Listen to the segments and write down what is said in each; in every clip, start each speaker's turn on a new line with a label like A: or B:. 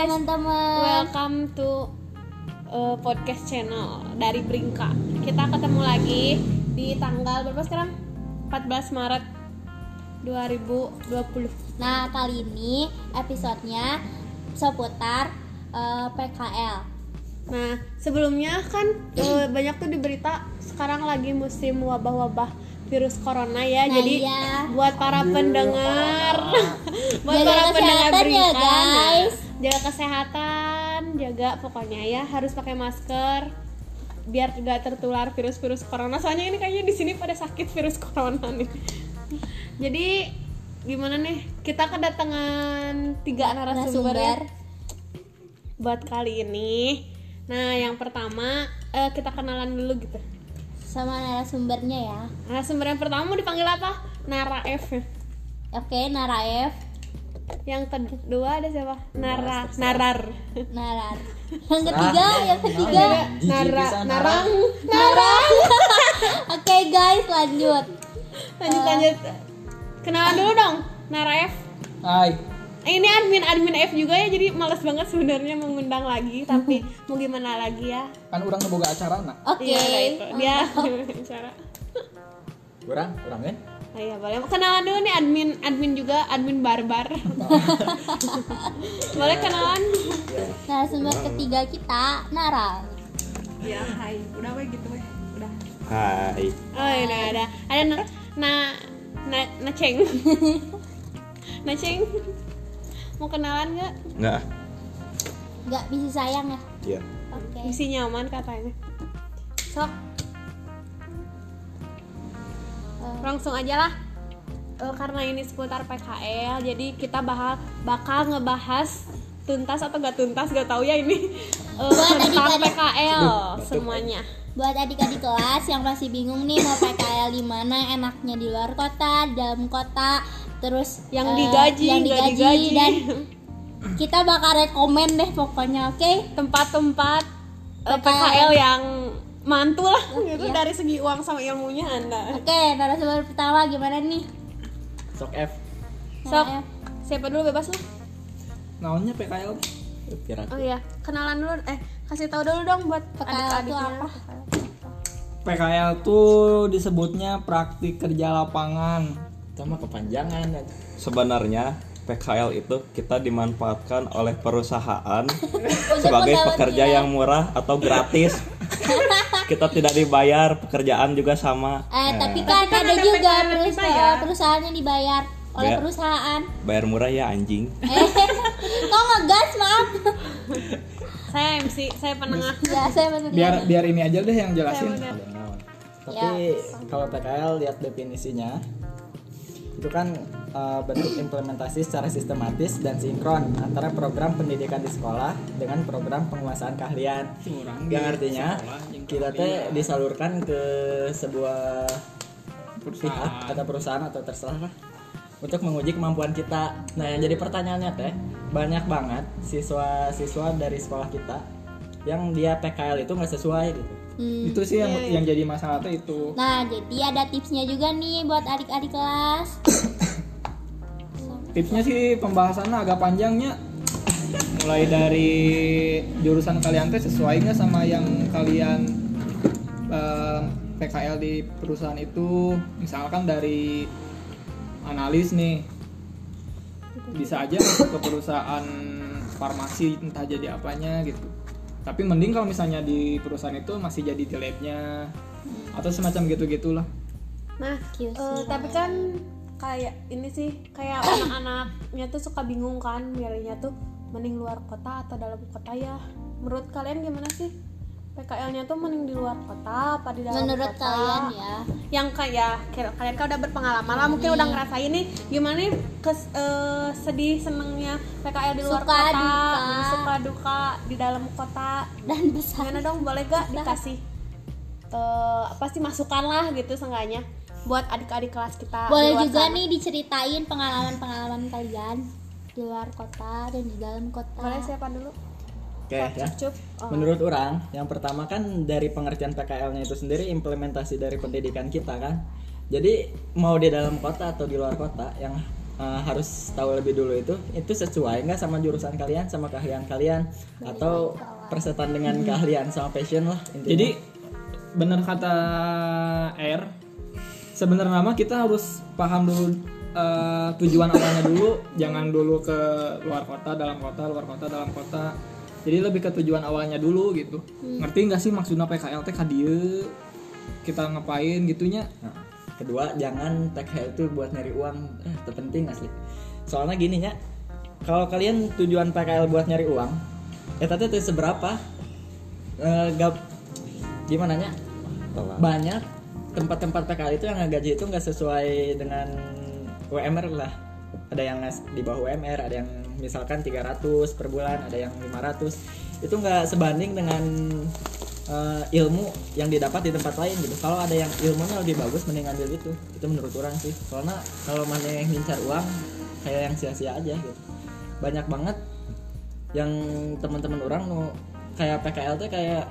A: teman-teman.
B: Welcome to uh, podcast channel dari Brinka. Kita ketemu lagi di tanggal berapa sekarang? 14 Maret 2020.
A: Nah, kali ini episodenya seputar eh, PKL.
B: Nah, sebelumnya kan uh, banyak tuh di berita sekarang lagi musim wabah-wabah virus corona ya.
A: Nah,
B: Jadi
A: iya.
B: buat para pendengar, buat
A: Jaga
B: para pendengar
A: kesehatan ya,
B: Brinka, nah,
A: guys.
B: jaga kesehatan, jaga pokoknya ya harus pakai masker biar tidak tertular virus-virus corona. Soalnya ini kayaknya di sini pada sakit virus corona nih. Jadi gimana nih? Kita kedatangan tiga narasumber. ya
A: Narasumber.
B: buat kali ini. Nah, yang pertama eh, kita kenalan dulu gitu.
A: sama narasumbernya ya.
B: Narasumber yang pertama mau dipanggil apa? Nara F. ya.
A: Oke, Naraef,
B: Yang kedua ada siapa? Nara, Narar.
A: Narar. Yang ketiga, yang ketiga.
B: Ada Nara, Narang.
A: Narang. Oke, guys, lanjut.
B: Lanjut lanjut. Kenalan dulu dong, Nara F.
C: Hai,
B: Eh, Ini admin admin F juga ya, jadi males banget sebenarnya mengundang lagi, tapi mau gimana lagi ya?
C: kan orang neboga acara nak.
A: Oke.
B: Iya, nah itu. Dia cara.
C: Orang, orang kan?
B: Oh iya boleh. Kenalan dulu nih admin admin juga admin barbar. boleh kenalan?
A: Narasumber ketiga kita, Nara.
B: Ya hai. Udah weh gitu weh. Udah.
D: Hai,
B: Oh iya udah ada. Ada na na na, na ceng. na ceng. Mau kenalan nggak?
C: ah?
D: nggak?
A: Gak bisa sayang ya.
D: Diam.
A: Oke.
B: Misi nyaman katanya. Sok. Langsung aja lah. Eh, karena ini seputar PKL, jadi kita bakal bakal ngebahas tuntas atau gak tuntas gak tahu ya ini eh, tentang
A: adik-adik.
B: PKL semuanya.
A: Buat adik-adik kelas yang masih bingung nih mau PKL di mana, enaknya di luar kota, dalam kota, terus
B: Yang
A: eh,
B: digaji,
A: yang
B: nggak
A: digaji,
B: digaji.
A: dan kita bakal rekomen deh pokoknya, oke?
B: Tempat-tempat eh,
A: PKL.
B: PKL yang mantul lah gitu
A: iya.
B: dari segi uang sama ilmunya Anda.
A: Oke, narasumber pertama gimana nih?
C: Sok F.
B: Sok,
A: Nara F?
B: siapa dulu bebas lu?
C: Naonnya PKL?
D: Kira
B: Oh iya, kenalan dulu eh kasih tahu dulu dong buat
A: PKL itu
B: adik-adiknya.
A: apa?
C: PKL tuh disebutnya praktik kerja lapangan.
D: sama kepanjangan. Sebenarnya PKL itu kita dimanfaatkan oleh perusahaan sebagai
A: pendapatan
D: pekerja
A: kita.
D: yang murah atau gratis. kita tidak dibayar, pekerjaan juga sama.
A: Eh, tapi
D: Eh,
A: kan
B: kan
A: ada
B: ada PKL
A: juga
B: yang
A: perusahaan,
B: dibayar.
A: perusahaan yang dibayar oleh
D: Bayar.
A: perusahaan.
D: bayar murah ya anjing.
A: Eh, kok ngegas maaf.
B: saya MC saya penengah
A: Ya, saya bener
C: Biar biar ini aja deh yang jelasin.
B: Saya bener.
C: Tapi kalau PKL lihat definisinya itu kan eh, bentuk implementasi secara sistematis dan sinkron antara program pendidikan di sekolah dengan program penguasaan keahlian. Yang artinya kita teh disalurkan ke sebuah pihak atau perusahaan atau terserah lah untuk menguji kemampuan kita. Nah, yang jadi pertanyaannya teh banyak banget siswa-siswa dari sekolah kita yang dia PKL itu nggak sesuai gitu. Itu sih yang yang jadi masalah teh itu.
A: Nah, jadi ada tipsnya juga nih buat adik-adik kelas.
C: Tipsnya sih pembahasannya agak panjangnya. Mulai dari jurusan kalian teh sesuai nggak sama yang kalian eh, PKL di perusahaan itu, misalkan dari analis nih, bisa aja masuk ke perusahaan farmasi entah jadi apanya gitu. Tapi mending kalau misalnya di perusahaan itu masih jadi di labnya atau semacam gitu-gitulah.
B: nah
A: QC.
B: eh, tapi kan kayak ini sih kayak anak-anaknya tuh suka bingung kan milihnya tuh mending luar kota atau dalam kota ya menurut kalian gimana sih PKL-nya tuh mending di luar kota apa di dalam
A: Menurut
B: kota?
A: kalian ya.
B: yang kayak kira- kalian kan udah berpengalaman lah mungkin
A: Iya.
B: udah ngerasain nih gimana nih kes, eh, sedih senengnya PKL di luar
A: Suka,
B: kota mm,
A: duka.
B: suka duka di dalam kota
A: Dan besar.
B: Gimana dong boleh gak dikasih eh, apa sih masukan lah gitu seenggaknya buat adik-adik kelas kita.
A: Boleh
B: di luar
A: juga
B: sana.
A: nih diceritain pengalaman-pengalaman kalian di luar kota dan di dalam kota.
B: Boleh siapa dulu?
C: Oke,
B: Cup, cup, cup. Oh.
C: Menurut orang, yang pertama kan dari pengertian PKL-nya itu sendiri implementasi dari pendidikan kita kan. Jadi mau di dalam kota atau di luar kota, yang eh, harus tahu lebih dulu itu itu sesuai nggak sama jurusan kalian sama keahlian kalian atau persetan dengan keahlian sama passion lah intinya.
E: Jadi benar kata R. Sebenarnya mah kita harus paham dulu eh, tujuan awalnya dulu, jangan dulu ke luar kota, dalam kota, luar kota, dalam kota. Jadi lebih ke tujuan awalnya dulu gitu. Ngerti nggak sih maksudnya PKL teh ka dieu? Kita ngapain gitunya?
C: Nah, kedua jangan TKL itu buat nyari uang eh, terpenting asli soalnya gini ya kalau kalian tujuan PKL buat nyari uang ya tadi itu seberapa Eh, gap gimana nya banyak tempat-tempat PKL itu yang gaji itu nggak sesuai dengan UMR lah ada yang ngas- di bawah UMR ada yang misalkan 300 per bulan ada yang 500 itu nggak sebanding dengan eh, ilmu yang didapat di tempat lain gitu kalau ada yang ilmunya lebih bagus mending ambil itu itu menurut orang sih karena kalau mana yang ngincar uang kayak yang sia-sia aja gitu banyak banget yang teman-teman orang nu kayak PKL tuh kayak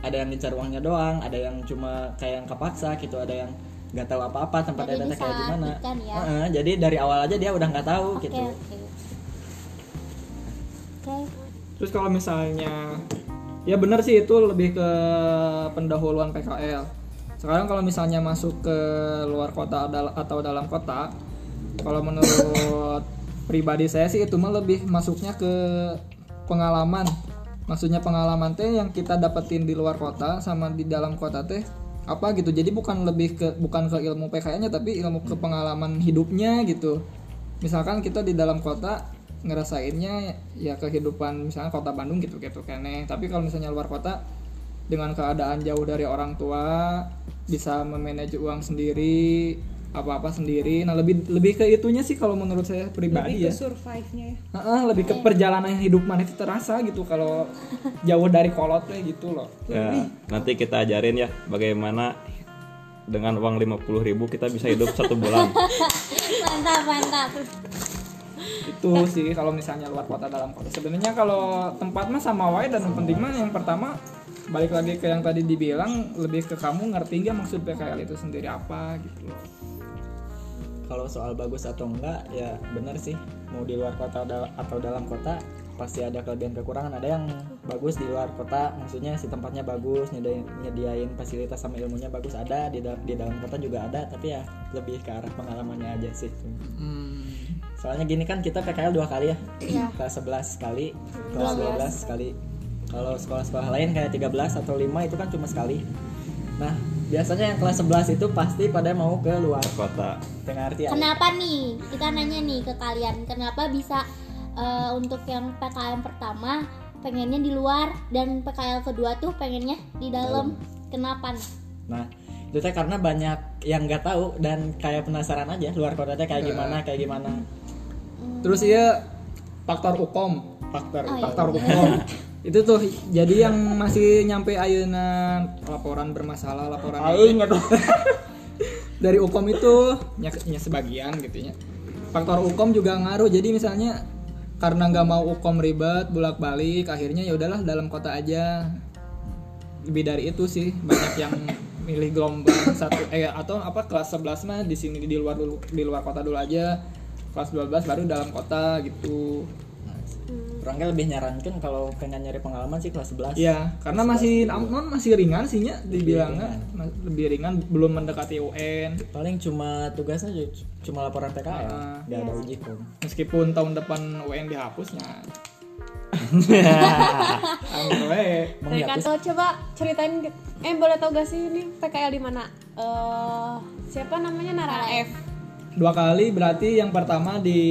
C: ada yang ngincar uangnya doang, ada yang cuma kayak yang kepaksa gitu, ada yang nggak tahu apa-apa tempat
A: Jadi
C: data kayak gimana.
A: disalahartikan ya.
C: Heeh, jadi dari awal aja dia udah nggak tahu
A: Oke,
C: gitu.
A: oke. Oke.
E: Terus kalau misalnya ya benar sih itu lebih ke pendahuluan PKL. Sekarang kalau misalnya masuk ke luar kota dal- atau dalam kota, kalau menurut pribadi saya sih itu mah lebih masuknya ke pengalaman. Maksudnya pengalaman teh yang kita dapetin di luar kota sama di dalam kota teh apa gitu. Jadi bukan lebih ke bukan ke ilmu PKL-nya tapi ilmu ke pengalaman hidupnya gitu misalkan kita di dalam kota ngerasainnya ya kehidupan misalnya kota Bandung gitu gitu kene tapi kalau misalnya luar kota dengan keadaan jauh dari orang tua bisa memanage uang sendiri apa apa sendiri nah lebih lebih ke itunya sih kalau menurut saya pribadi ya
F: survive-nya ya.
E: Heeh, lebih
A: Iya.
E: ke perjalanan hidup mana itu terasa gitu kalau jauh dari kolotnya gitu loh
D: Ya, nanti kita ajarin ya bagaimana dengan uang 50.000 kita bisa hidup satu bulan.
A: Mantap, mantap.
E: itu sih kalau misalnya luar kota dalam kota sebenarnya kalau tempat mah sama wae dan yang penting mah yang pertama balik lagi ke yang tadi dibilang lebih ke kamu ngerti nggak maksud PKL itu sendiri apa gitu loh
A: Hmm.
C: Kalau soal bagus atau enggak ya benar sih. Mau di luar kota da- atau dalam kota pasti ada kelebihan kekurangan. Ada yang bagus di luar kota, maksudnya si tempatnya bagus, nyediain, nyediain fasilitas sama ilmunya bagus ada di, da- di dalam kota juga ada, tapi ya lebih ke arah pengalamannya aja sih. Soalnya gini kan kita PKL dua kali ya. Kelas 11 sekali, kelas 12 sekali. Kalau sekolah-sekolah lain kayak 13 atau 5 itu kan cuma sekali. Nah, biasanya yang kelas 11 itu pasti pada mau ke luar
D: Kota.
C: Tengah arti ya.
E: Iya.
A: Kenapa nih? Kita nanya nih ke kalian, kenapa bisa eh, untuk yang PKM pertama pengennya di luar dan PKL kedua tuh pengennya di dalam? Kenapa nih?
C: Nah, itu teh karena banyak yang nggak tahu dan kayak penasaran aja luar kota teh kayak gimana, kayak gimana.
E: terus iya faktor hukum
C: Faktor
A: Oh, iya.
E: faktor hukum itu tuh jadi yang masih nyampe ayeuna laporan bermasalah laporan dari hukum itu ya, ya sebagian gitu ya faktor hukum juga ngaruh jadi misalnya karena nggak mau hukum ribet bolak balik akhirnya ya udahlah dalam kota aja lebih dari itu sih banyak yang milih gelombang satu eh atau apa kelas 11 mah di sini di luar dulu di luar kota dulu aja kelas 12 baru dalam kota gitu
C: Orangnya lebih nyarankan kalau pengen nyari pengalaman sih kelas 11.
E: ya karena masih non masih ringan sihnya dibilangnya kan. Mas- lebih ringan belum mendekati UN
C: Paling cuma tugasnya ju- cuma laporan PKL,
E: Ah.
C: nggak ada uji kom.
E: meskipun tahun depan UN dihapusnya Anggur we.
C: Emang
B: Dari
C: dihapus?
B: kantor Kan coba ceritain ke- eh boleh tau gak sih ini PKL di mana? Eh siapa namanya Nara F?
E: dua kali berarti yang pertama di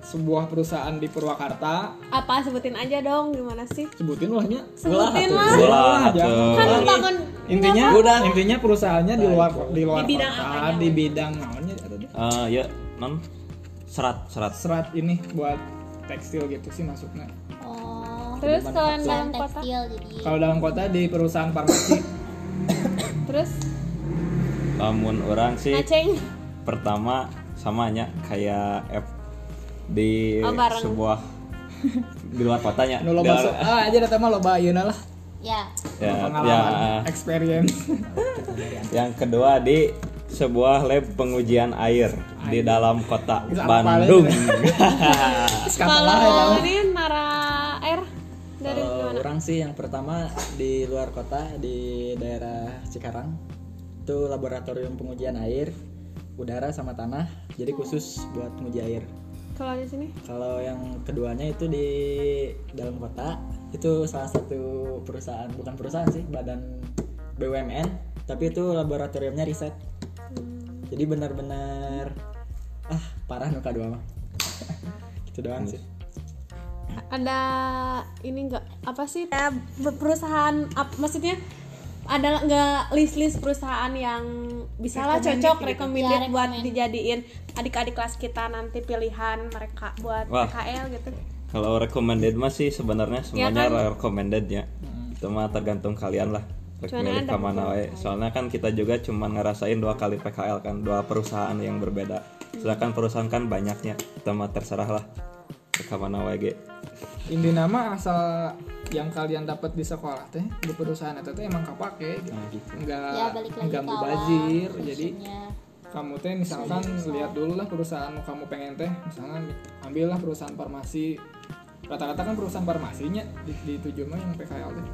E: sebuah perusahaan di Purwakarta
B: Apa sebutin aja dong gimana sih?
E: sebutin lahnya
B: Sebutin
C: atuh.
B: lah.
D: Bola atau
B: Kan bangun
E: intinya intinya perusahaannya di luar di luar
B: Di bidang
E: kota
B: apanya?
E: di bidang naonnya atau di-
D: eh, ya non serat serat.
E: serat ini buat tekstil gitu sih masuknya
A: Oh,
B: terus kalau dalam
A: perusahaan
B: kota
A: tekstil jadi.
E: kalau dalam kota di perusahaan farmasi
B: terus
D: Lamun orang sih
B: ngaceng
D: pertama samanya kayak F di
B: Oh, bareng.
D: sebuah di luar kotanya.
E: nu loba so- ah aja datang mah loba ayeuna lah
A: Ya.
D: ya, ya,
E: pengalaman experience
D: yang kedua di sebuah lab pengujian air di dalam kota
C: Bisa apa
D: Bandung.
E: ya,
B: Kalau ini Nara Air dari
C: Kalau
E: Oh.
B: gimana?
C: Eh, orang sih yang pertama di luar kota di daerah Cikarang itu laboratorium pengujian air udara sama tanah jadi khusus buat nguji air
B: Kalau di sini
C: kalau yang keduanya itu di dalam kota itu salah satu perusahaan bukan perusahaan sih badan BUMN tapi itu laboratoriumnya riset jadi benar-benar ah parah nuka dua mah gitu doang sih
B: ada ini enggak apa sih eh, perusahaan ap- maksudnya ada nggak list-list perusahaan yang bisa lah cocok recommended
A: Ya,
B: buat
A: recommend.
B: dijadiin adik-adik kelas kita nanti pilihan mereka buat
D: Wah.
B: PKL gitu.
D: Kalau recommended masih sebenarnya semuanya
B: kan?
D: recommended ya. Cuma tergantung kalian lah.
B: Cuman
D: Milih
B: ada
D: kemana wae. Soalnya kan kita juga cuma ngerasain dua kali PKL kan, dua perusahaan yang berbeda.
B: Hmm.
D: Sedangkan perusahaan kan banyaknya, sama terserah lah ke kemana wae ge.
E: Ini nama asal yang kalian dapat di sekolah teh di perusahaan itu teh emang kapake gitu.
C: nah gitu
E: Enggak
A: ya balik lagi
E: enggak
A: ke awal
E: mubazir. Jadi
A: passionnya.
E: kamu teh misalkan lihat dulu lah perusahaan kamu pengen teh, misalkan ambillah perusahaan farmasi. Rata-rata kan perusahaan farmasinya di, dituju mah yang PKL teh.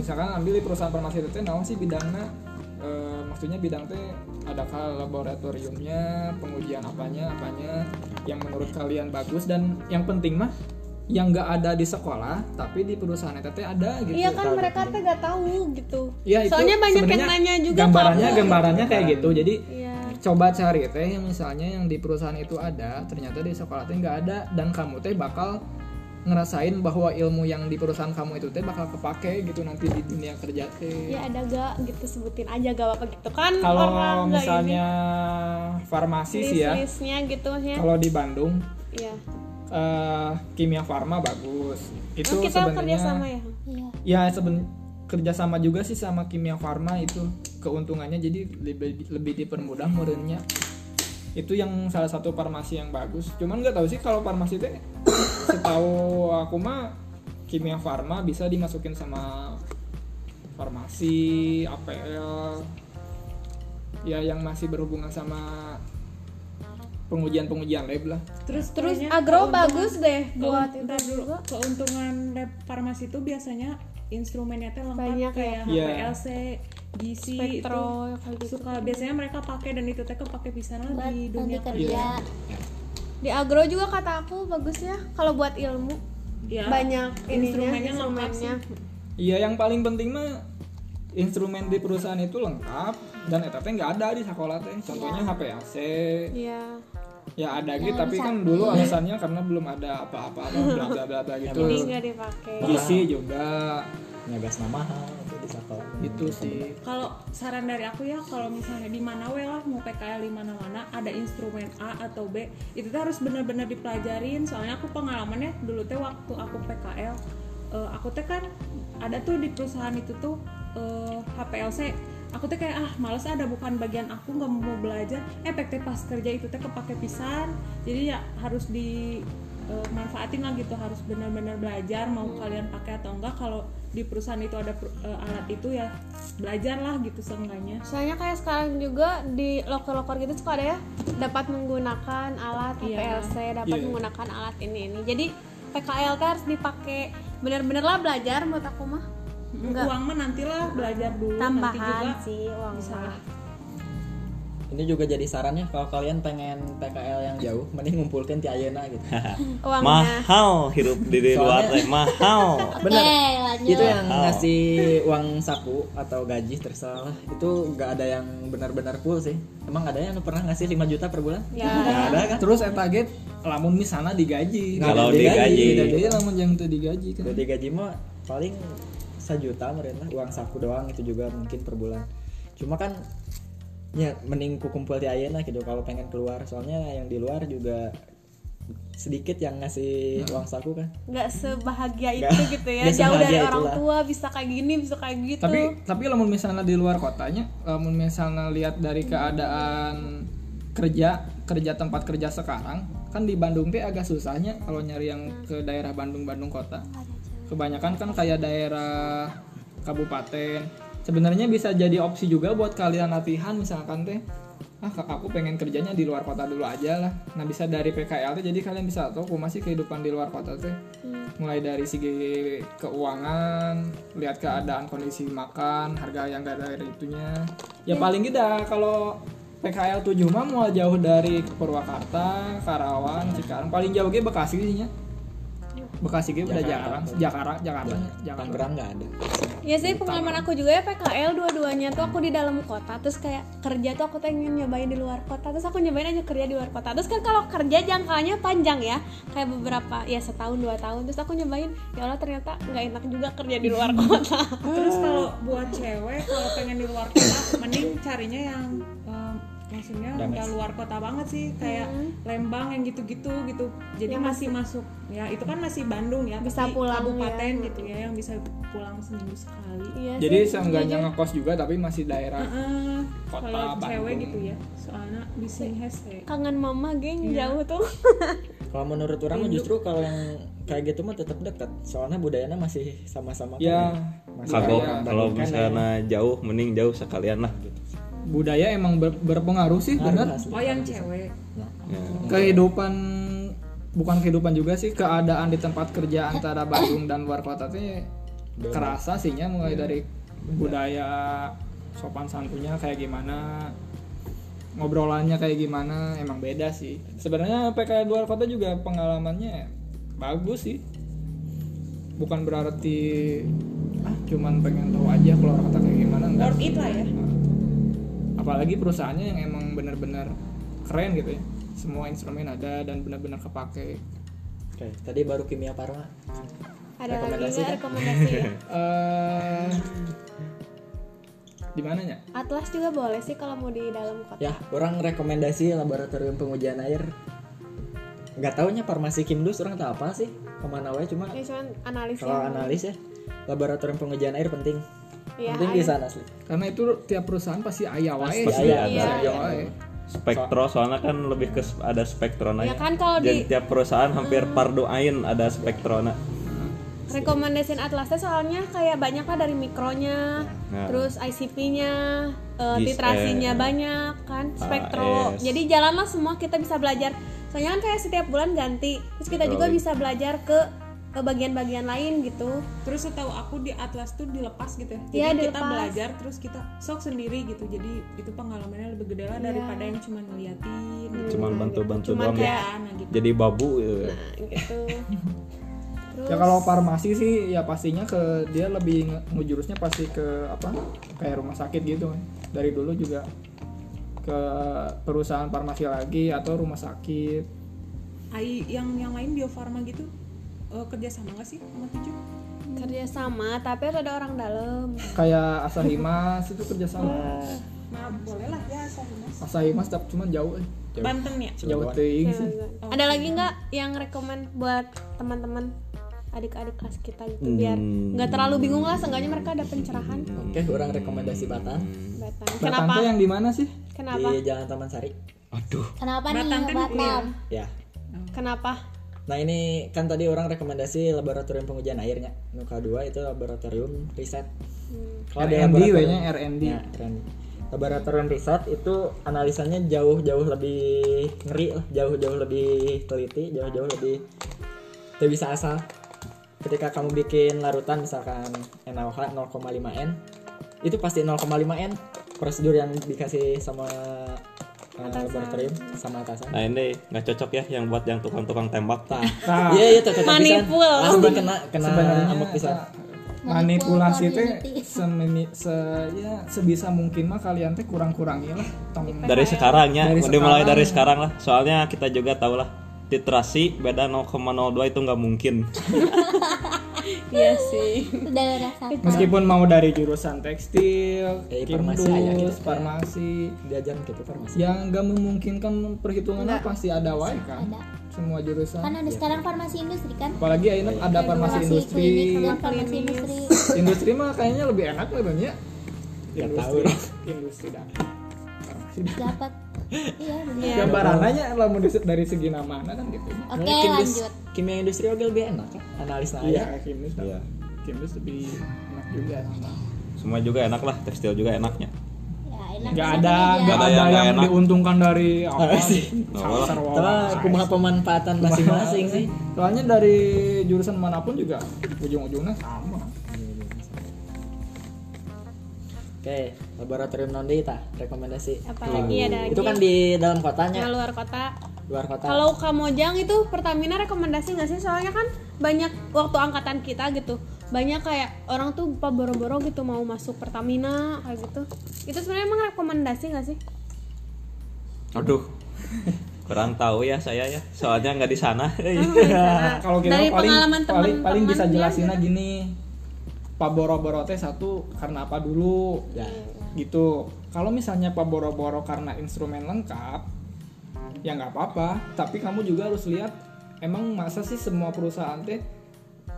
E: Misalkan ambil di perusahaan farmasi itu teh naon sih bidangnya? Eh, maksudnya bidang teh adakah laboratoriumnya, pengujian apanya, apanya yang menurut kalian bagus dan yang penting mah yang nggak ada di sekolah tapi di perusahaan itu teh ada gitu.
B: Iya kan mereka tuh nggak tahu gitu.
E: Iya, itu
B: Soalnya banyak yang
E: sebenarnya
B: nanya juga
E: gambarannya
B: kamu.
E: gambarannya kayak gitu jadi
B: Iya.
E: coba cari teh yang misalnya yang di perusahaan itu ada ternyata di sekolah teh nggak ada dan kamu teh bakal ngerasain bahwa ilmu yang di perusahaan kamu itu teh bakal kepake gitu nanti di dunia kerja teh
B: Ya ada gak gitu sebutin aja gak apa gitu kan orang
E: kalau
B: nggak
E: misalnya
B: ini
E: farmasi sih ya
B: list-listnya gitu maksudnya.
E: kalau di Bandung
B: Iya.
E: eh, kimia farma bagus itu
B: Oh, kita kerja
E: sebenarnya
B: sama ya.
A: Iya.
E: ya seben kerjasama juga sih sama kimia farma itu keuntungannya jadi lebih lebih dipermudah murninya itu yang salah satu farmasi yang bagus cuman nggak tahu sih kalau farmasi teh setahu aku mah kimia farma bisa dimasukin sama farmasi APL ya yang masih berhubungan sama pengujian-pengujian lab lah
F: Terus
B: Terus
F: kayaknya
B: agro
F: keuntungan-
B: bagus deh buat
F: keuntungan
B: itu
F: dulu.
B: juga.
F: Keuntungan lab farmasi itu biasanya instrumennya teh lengkap
B: Banyak
F: kayak
E: ya. Iya.
F: HPLC, GC
B: Spektro,
F: itu
B: kayak gitu.
F: suka biasanya mereka pakai dan itu teh kepake pisan lah
A: buat
F: di
A: nanti
F: dunia
B: kan.
A: kerja
B: Di agro juga kata aku bagusnya kalau buat ilmu
F: Ya,
B: banyak ininya
F: instrumennya lengkap
B: Iya. instrumennya.
E: Iya yang paling penting mah instrumen di perusahaan itu lengkap dan eta teh nggak ada di sekolah teh. Contohnya HPAC
B: Iya.
E: ya ada gitu tapi kan dulu alasannya karena belum ada apa-apa apa bla bla bla bla gitu.
B: Ini nggak dipakai.
E: Gizi juga
C: nyagas nama mahal itu di sekolah
E: itu sih.
F: kalau saran dari aku ya kalau misalnya di mana we lah mau PKL di mana mana ada instrumen A atau B itu tuh harus benar-benar dipelajarin soalnya aku pengalamannya dulu teh waktu aku PKL eh, aku teh kan ada tuh di perusahaan itu tuh eh, HPLC aku teh kayak ah males ada bukan bagian aku nggak mau belajar Eh, efek teh pas kerja itu teh kepake pisan jadi ya harus di eh, manfaatin lah gitu harus benar-benar belajar mau
B: Hmm.
F: kalian pakai atau enggak kalau di perusahaan itu ada per- eh, alat itu ya belajarlah gitu seenggaknya
B: Soalnya kayak sekarang juga di loker-loker gitu suka ada ya dapat menggunakan alat
F: Iya.
B: PLC, dapat
E: Iya.
B: menggunakan alat ini ini. Jadi PKL teh harus dipakai bener-bener lah belajar menurut aku mah. Enggak.
F: uang mah nantilah belajar dulu nanti juga
B: Tambahan sih uang
F: bisa
B: mah.
C: ini juga jadi sarannya kalau kalian pengen PKL yang jauh mending ngumpulkan ti ayeuna gitu
B: Uangnya.
D: Mahal hidup di luar teh mahal.
C: bener
A: oke lanjut
E: Iya.
C: itu yang
D: Wow.
C: ngasih uang saku atau gaji terserah lah itu nggak ada yang benar-benar full sih emang ada yang pernah ngasih 5 juta per bulan
B: Ya.
C: nggak ada kan
E: Terus eta ge lamun misalnya digaji.
C: Nggak
D: Kalau
C: ada
D: digaji.
E: Tidak jadi lamun yang teu digaji kan.
C: jadi gaji mah paling sejuta mereka uang saku doang itu juga mungkin per bulan cuma kan ya mending ku kumpul di ayeuna gitu kalau pengen keluar soalnya yang di luar juga sedikit yang ngasih uang saku kan
B: nggak sebahagia itu
C: Nggak-
B: gitu ya
C: nggak
B: jauh dari
C: sebahagia
B: orang
C: itulah.
B: tua bisa kayak gini bisa kayak gitu
E: tapi tapi lamun misalnya di luar kotanya lamun misalnya lihat dari keadaan kerja kerja tempat kerja sekarang kan di Bandung teh agak susahnya kalau nyari yang ke daerah Bandung Bandung kota kebanyakan kan kayak daerah kabupaten sebenarnya bisa jadi opsi juga buat kalian latihan misalkan teh ah kak aku pengen kerjanya di luar kota dulu aja lah nah bisa dari PKL tuh jadi kalian bisa tahu aku masih kehidupan di luar kota tuh mulai dari segi keuangan lihat keadaan kondisi makan harga yang gak ada itunya ya paling tidak kalau PKL 7 mah mau jauh dari Purwakarta, Karawang, Cikarang. Paling jauh ge Bekasi sih nya. Bekasi ge udah
C: Jakarta. Iya.
E: Jakarta, Jakarta, Jakarta, Jakarta.
C: Tangerang nggak ada
B: Ya sih pengalaman aku juga ya PKL dua-duanya tuh aku di dalam kota terus kayak kerja tuh aku pengen nyobain di luar kota terus aku nyobain aja kerja di luar kota terus kan kalau kerja jangkanya panjang ya kayak beberapa ya setahun dua tahun terus aku nyobain ya Allah ternyata nggak enak juga kerja di luar kota
F: Terus kalau buat cewek kalau pengen di luar kota mending carinya yang em, maksudnya nggak luar kota banget sih kayak
B: Hmm.
F: Lembang yang gitu-gitu gitu. Jadi masih masuk ya itu kan masih Bandung ya
B: Bisa
F: pasti
B: pulang,
F: kabupaten
B: ya.
F: gitu ya yang bisa pulang seminggu sekali.
B: Iya
E: Jadi
B: sih,
E: seenggaknya
B: jujur.
E: ngekos juga tapi masih daerah
F: Heeh,
E: Kota
F: Eh, kalau cewek
E: Bandung.
F: gitu ya soalnya bisa hese.
B: kangen mama geng
C: Iya.
B: jauh tuh
C: kalau menurut orang mah justru kalau yang kayak gitu mah tetap dekat soalnya budayanya masih sama-sama
E: Ya,
C: kan. masih
D: Kalau
B: Iya,
C: kayak
D: kalau
C: Bandung kan ya.
D: misalnya jauh mending jauh sekalian lah gitu.
E: budaya emang ber- berpengaruh sih
C: Ngaruh
E: benar.
C: asli.
F: Oh yang cewek.
C: Nah,
D: Ya.
E: Kehidupan bukan kehidupan juga sih keadaan di tempat kerja antara Bandung dan luar kota tuh ya kerasa sih nya mulai dari budaya sopan santunnya kayak gimana ngobrolannya kayak gimana emang beda sih sebenarnya PKL luar kota juga pengalamannya bagus sih bukan berarti ah cuman pengen tahu aja keluar kota kayak gimana enggak Nah.
F: Worth it lah ya.
E: apalagi perusahaannya yang emang bener-bener keren gitu ya semua instrumen ada dan benar-benar kepake
C: oke. tadi baru kimia parma
B: ada lagi nggak
C: Rekomendasi kan?
B: rekomendasi ya?
E: eh di mananya
B: Atlas juga boleh sih kalau mau di dalam kota
C: ya orang rekomendasi laboratorium pengujian air nggak taunya farmasi kimdus orang tahu apa sih kemana wae cuma
B: ya cuman analisnya
C: kalau analis ya laboratorium pengujian air penting
B: Iya,
C: penting di sana Iya, asli
E: karena itu tiap perusahaan pasti ayah wae
C: Pasti
E: sih.
C: ayah, Iya.
B: pasti
E: Pasti ayah
B: ayah.
E: wae.
D: Spektro soalnya kan lebih ke sp- ada spektrona
B: Ya kan kalau
D: Jadi
B: di-
D: tiap perusahaan hampir pardu ain ada spektrona.
B: rekomendasiin atlasnya soalnya kayak banyak lah dari mikronya
C: Ya.
D: Nah.
B: terus ICP-nya eh,
D: Gis-
B: titrasinya
D: eh,
B: banyak kan
C: Ah,
B: spektro
D: AS.
B: jadi jalan lah semua kita bisa belajar soalnya kan kayak setiap bulan ganti terus kita juga bisa belajar ke ke bagian-bagian lain gitu
F: Terus setahu aku di atlas tuh dilepas gitu ya. Jadi
B: Iya,
F: kita
B: dilepas.
F: belajar terus kita sok sendiri gitu. Jadi itu pengalamannya lebih gede
B: Iya.
F: lah daripada yang cuma ngeliatin gitu.
D: Cuman bantu-bantu
B: Cuman anu
D: doang ya.
F: Ya, nah gitu.
D: Jadi babu gitu.
B: nah gitu terus
E: ya kalau farmasi sih ya pastinya ke dia lebih nge- ngejurusnya pasti ke apa kayak rumah sakit gitu kan dari dulu juga ke perusahaan farmasi lagi atau rumah sakit
F: AI yang yang lain biofarma gitu eh, kerjasama nggak sih sama tujuh?
B: kerja sama tapi harus ada orang dalam
E: kayak Asahimas itu kerjasama
F: Nah boleh lah ya sama mas.
E: Asahimas tapi cuman jauh eh.
F: Banten ya.
B: iya.
E: jauh
C: Cilegon.
E: ting sih
B: ada lagi nggak yang rekomend buat teman-teman adik-adik kelas kita gitu
E: Hmm.
B: biar nggak terlalu bingung lah seenggaknya mereka ada pencerahan
C: oke orang rekomendasi batang
E: Hmm.
B: Batang.
E: Batang
B: Kenapa?
E: teh yang di mana sih?
B: Kenapa?
E: Iya.
C: di jalan taman sari
D: Aduh,
A: Kenapa
F: Batam
A: nih
F: kan
A: Batam?
C: ya
B: Kenapa?
C: nah ini kan tadi orang rekomendasi laboratorium pengujian airnya nuka dua itu laboratorium riset
B: Hmm.
C: Kalau di
E: R&D
C: laboratorium-
E: waynya R&D.
C: Ya, R&D. Laboratorium riset itu analisanya jauh-jauh lebih ngeri lah, jauh-jauh lebih teliti, jauh-jauh lebih tidak bisa asal. Ketika kamu bikin larutan misalkan NaOH 0,5N, itu pasti 0,5N prosedur yang dikasih sama eh, laboratorium sama atasan.
D: nah ini nggak cocok ya yang buat yang tukang-tukang tembak.
C: Nah,
E: Nah.
C: iya iya cocok pisan.
B: Manipul.
C: Asli kena kena
E: Sebenarnya
C: amuk pisan.
E: eh, manipulasi
A: Manipul
E: teh
A: community.
E: semini se ya sebisa mungkin mah kalian teh kurang-kurangi lah tong
D: Dari sekarang ya,
E: Dari
D: dimulai
E: sekarang.
D: dari sekarang lah. Soalnya kita juga tahu lah titrasi beda 0,02 itu nggak mungkin.
B: Iya sih.
A: Udah rasa
E: meskipun mau dari jurusan tekstil,
C: Eh,
E: kimdus,
C: farmasi aja gitu.
E: farmasi
C: Diajar gitu farmasi.
E: yang gak memungkinkan perhitungannya pasti ada wae kan
A: Ada.
E: semua
A: Kan
E: jurusan
A: ada sekarang farmasi industri kan?
E: apalagi ayeuna
C: Iya.
E: ada Iya. farmasi industri
A: klinik
F: Iya,
A: sama farmasi industri.
E: industri mah kayaknya lebih enak lah Bang, ya
C: Nggak
E: industri
C: tahu.
E: industri dah farmasi dah.
A: Dapat. Iya, bener.
E: gambarannya lah mau disebut dari segi nama nah kan gitu
A: Oke,
C: Nah, kimdus-
A: lanjut.
C: Kimia industri oke lebih enak kan? Analis nah
E: iya
C: aja.
E: kimdus
D: Iya.
E: kimdus lebih enak juga sama
D: Semua juga enak lah, tekstil juga enaknya.
A: Ya, enak
E: nggak
A: siapa aja.
E: ada nggak
D: Nggak ada
E: ada
D: yang
E: yang
D: enak.
E: diuntungkan dari apa
C: sih?
D: Nggak
E: Sarwa
C: Tapi kumaha pemanfaatan masing-masing sih.
E: soalnya dari jurusan manapun juga ujung-ujungnya sama
C: Oke, laboratorium Nondita rekomendasi.
B: Apalagi
E: Oh.
B: ada lagi
C: Itu kan di dalam
B: Nah,
C: kotanya,
B: luar kota.
C: luar kota.
B: Kalau Kamojang itu Pertamina rekomendasi nggak sih? Soalnya kan banyak waktu angkatan kita gitu. Banyak kayak orang tuh lupa boro-boro gitu mau masuk Pertamina kayak gitu. Itu sebenarnya emang rekomendasi nggak sih?
D: Aduh, kurang tahu ya saya ya. Soalnya nggak di sana.
B: Iya.
E: Iya, Nah, kalau kita
B: Nah, Dari
E: paling
B: pengalaman
E: paling, paling
B: teman-teman
E: bisa
B: dia
E: jelasinnya gini Pak Boro-Boro teh satu karena apa dulu
B: Iya,
C: Ya.
E: gitu kalau misalnya Pak Boro-Boro karena instrumen lengkap ya nggak apa-apa tapi kamu juga harus lihat emang masa sih semua perusahaan teh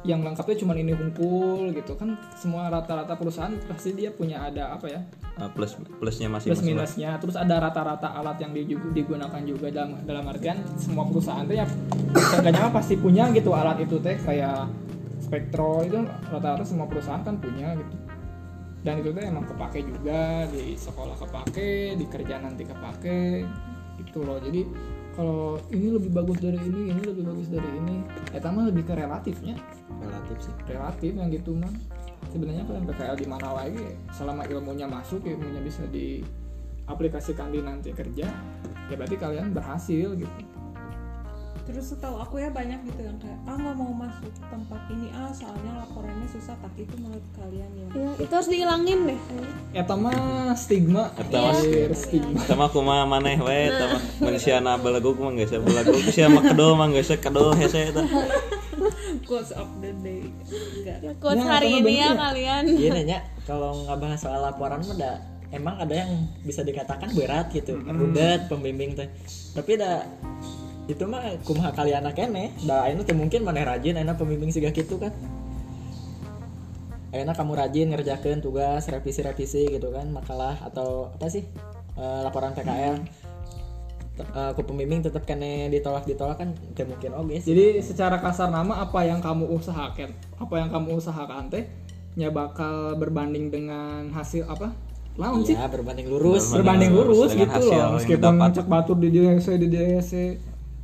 E: yang lengkapnya cuma ini hunkul gitu kan semua rata-rata perusahaan pasti dia punya ada apa ya
D: Nah, plus plusnya masih
E: plus
D: masih-
E: minusnya terus ada rata-rata alat yang digu- digunakan juga dalam dalam artian semua perusahaan tuh ya seenggaknya mah pasti punya gitu alat itu teh kayak spektro itu rata-rata semua perusahaan kan punya gitu dan itu teh emang kepake juga di sekolah kepake di kerjaan nanti kepake gitu loh jadi kalau ini lebih bagus dari ini ini lebih bagus dari ini eh mah lebih ke relatifnya
C: Relatif sih.
E: relatif yang gitu mah sebenarnya kalau PKL di mana lagi selama ilmunya masuk ilmunya bisa diaplikasikan di nanti kerja ya berarti kalian berhasil gitu
F: terus setahu aku ya banyak gitu yang kayak ah nggak mau masuk tempat ini ah soalnya laporannya susah tak itu menurut kalian ya
B: Ya, itu harus dihilangin deh.
E: eta mah stigma
D: Eta mah
E: Anjir, stigma
D: sama kumaha maneh we sama manusia na beleguk mah geus beleguk sia mah kedol mah geus kedol hese eta
F: quotes of the day enggak
B: Ya, quotes
E: Ya,
B: hari
E: sama
B: ini ya
E: bentuknya.
B: kalian.
C: Iya nanya, kalau nggak bahas soal laporan mah da- emang ada yang bisa dikatakan berat gitu, ribet pembimbing teh. Tapi da itu mah kumaha kali anak kene, da ayeuna teh mungkin maneh rajin ayeuna pembimbing siga kitu kan. Ayeuna kamu rajin ngerjakeun tugas, revisi-revisi gitu kan, makalah atau apa sih? eh, laporan PKL. Te- eh, ku pembimbing tetap kene ditolak-ditolak kan teu mungkin oge sih.
E: jadi secara kasar nama apa yang kamu usahakan apa yang kamu usahakan teh ya bakal berbanding dengan hasil apa lawan sih
C: Iya, berbanding lurus.
E: berbanding lurus
D: dengan
E: gitu
D: hasil
E: loh
D: yang
E: meskipun
D: didapat.
E: ngecek batur di DSC di DSC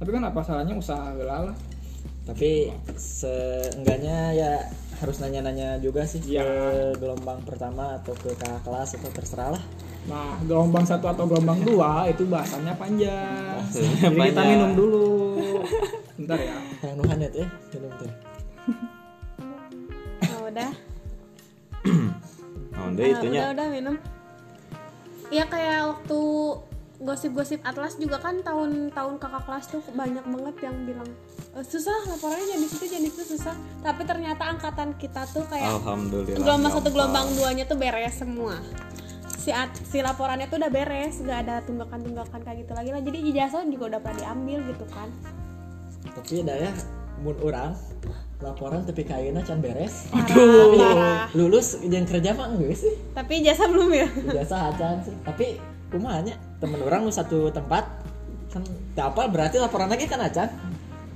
E: tapi kan apa salahnya usaha heula lah
C: tapi seenggaknya ya harus nanya-nanya juga sih
E: Iya.
C: ke gelombang pertama atau ke kakak kelas atau terserah lah
E: Nah, gelombang satu atau gelombang dua itu bahasannya panjang.
D: Bahasannya
E: Jadi kita
D: panjang.
E: minum dulu. Bentar ya.
C: yang nuhan ya teh minum teh
B: Oh, udah. Ah,
D: nah udah itunya
B: udah udah minum ya kayak waktu gosip-gosip atlas juga kan tahun-tahun kakak kelas tuh banyak banget yang bilang "Eh, susah laporannya jadi situ jadi situ susah tapi ternyata angkatan kita tuh kayak
D: Oh, alhamdulillah
B: gelombang satu
D: gampang.
B: gelombang duanya tuh beres semua si at- si laporannya tuh udah beres nggak ada tunggakan-tunggakan kayak gitu lagi lah jadi ijazah juga udah pernah diambil gitu kan
C: tapi dah ya mun orang laporan tapi kayaknya can beres
B: Aduh.
C: lulus yang kerja mah enggak sih
B: tapi ijazah belum ya
C: biasa acan sih tapi kumanya temen orang nu satu tempat kan tak apa berarti laporan lagi kan acan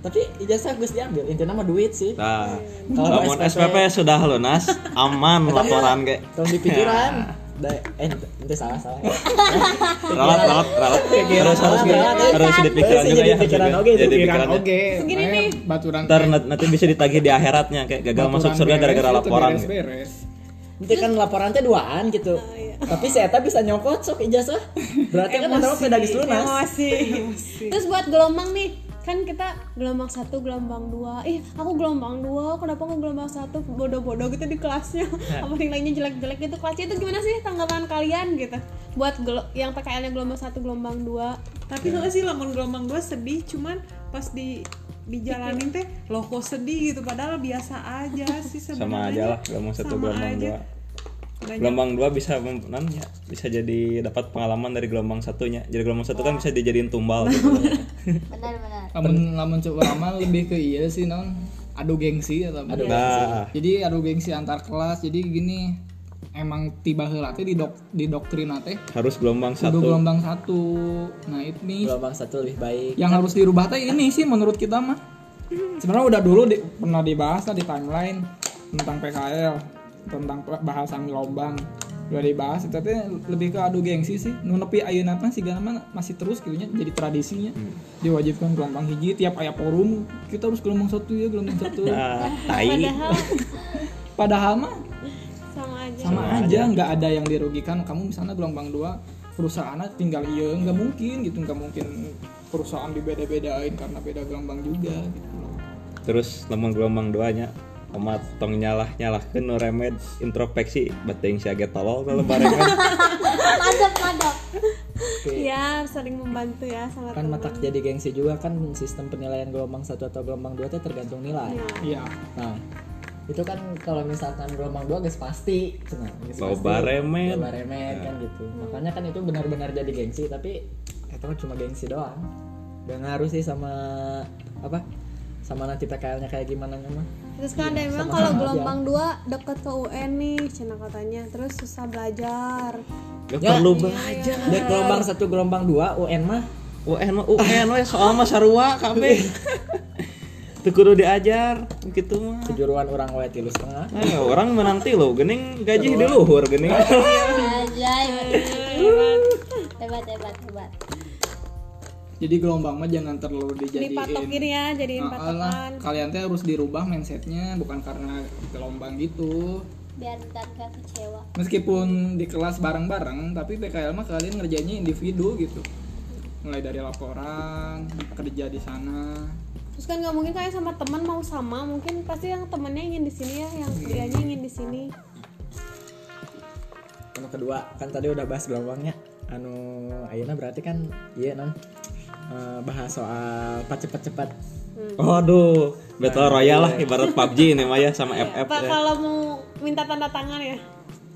C: tapi ijazah gue diambil intinya mah duit sih
D: nah
C: Kalau
D: lamun
C: SPP
D: SPP sudah lunas aman laporan ge
C: kalau di pikiran da, eh ente salah salah
D: ralat ralat ralat harus harus di-
C: ralat, ralat.
D: harus dipikiran
C: Harus
D: juga
C: jadi
D: ya
C: pikiran
D: harus
C: oge,
D: jadi
E: Pikiran
D: pikirannya.
E: oke.
B: Segini
E: Maya,
B: nih.
E: Baturan
D: ntar nat- nanti bisa ditagih di akhiratnya kayak gagal
E: baturan
D: masuk surga
E: beres,
D: gara-gara
E: itu
D: laporan gitu. ge.
E: Beres-beres.
C: Itu kan laporan teh duaan gitu. Tapi si Eta bisa nyokot sok ijazah. Berarti kan nama pedagis
B: Iya,
C: lunas.
F: Iya,
E: Iya.
B: Terus buat gelombang nih, kan kita gelombang satu, gelombang dua. Ih, aku gelombang dua, kenapa aku gelombang satu? Bodoh-bodoh gitu di kelasnya.
E: Iya.
B: Apa nilainya jelek-jelek gitu kelasnya itu gimana sih tanggapan kalian gitu? Buat gelo- yang PKL yang gelombang satu, gelombang dua.
F: tapi nggak sih lamun gelombang gue sedih cuman pas di dijalanin teh loh kok sedih gitu padahal biasa aja sih sebenarnya
D: sama aja lah gelombang satu
F: Sama
D: gelombang
F: aja.
D: dua
F: Banyak.
D: gelombang dua bisa mem- non, ya, bisa jadi dapat pengalaman dari gelombang satunya jadi gelombang satu kan bisa dijadiin tumbal gitu.
F: Iya,
A: benar-benar
E: Lamun lamun coba lama lebih ke iya sih non. Adu gengsi atau apa.
F: iya,
D: nah
E: Jadi adu gengsi antar kelas. Jadi gini emang tiba heula teh di dok di doktrin teh
D: harus gelombang
E: kudu
D: satu
E: gelombang satu. Nah, ini
C: Gelombang satu lebih baik.
E: yang harus dirubah teh ini sih menurut kita mah sebenarnya udah dulu di- pernah dibahas lah di timeline tentang PKL tentang pe- bahasan gelombang udah dibahas itu teh lebih ke adu gengsi sih nu nepi ayeuna teh sigana mah masih terus kitu nya jadi tradisinya diwajibkan gelombang hiji tiap aya forum kita harus gelombang satu ya gelombang satu
D: Ah, tai.
B: padahal
E: padahal mah
B: sama aja
E: sama
D: Sama
E: aja nggak ada yang dirugikan kamu misalnya gelombang dua perusahaan tinggal iya nggak mungkin gitu nggak mungkin perusahaan dibeda-bedain karena beda gelombang juga gitu loh
D: Terus lemong gelombang doanya sama tong nyalah nyalahkeun nu remed introspeksi beteng siaga tolol kalau kan. barengan
A: Mantap, mantap.
B: ya saling membantu ya sama
C: kan mata jadi gengsi juga kan sistem penilaian gelombang satu atau gelombang dua teh tergantung nilai
E: iya
C: nah itu kan kalau misalkan gelombang dua guys pasti cenah geus
D: Loba
C: pasti.
D: remen. Iya.
C: Loba remen, kan gitu makanya kan itu benar-benar jadi gengsi tapi itu mah cuma gengsi doang gak ngaruh sih sama apa sama nanti PKL-nya kayak gimana mah
B: Terus kan
E: iya,
B: ada yang bilang kalau gelombang 2 deket ke UN nih, Cina katanya. Terus susah belajar.
D: gak perlu
F: Ya,
D: be
C: Dek gelombang satu gelombang dua UN mah
D: UN mah UN we soal mah sarua kabeh teu kudu diajar gitu mah
C: kejuruan orang wae tilu setengah
D: Ayo, orang menanti lo, gening gaji di luhur, gening.
A: Anjay. Hebat, hebat, hebat.
E: jadi gelombang mah jangan terlalu dijadiin
B: Dipatokin ya, jadiin
E: Ah, alah,
B: patokan.
E: kalian teh harus dirubah mindsetnya bukan karena gelombang gitu
A: Biar ntar gak kecewa.
E: meskipun di kelas bareng-bareng tapi PKL mah kalian ngerjainnya individu gitu mulai dari laporan kerja di sana
B: Terus kan nggak mungkin kalian sama teman mau sama, mungkin pasti yang temennya ingin di sini ya, yang
E: Iya.
B: kuliahnya ingin di sini.
C: anu kedua kan tadi udah bahas gelombangnya anu ayeuna berarti kan iya non Eh, bahas soal cepat-cepat
D: Waduh, battle royale lah ibarat PUBG ini mah ya sama FF.
B: Pak
D: ya.
B: kalau mau minta tanda tangan ya.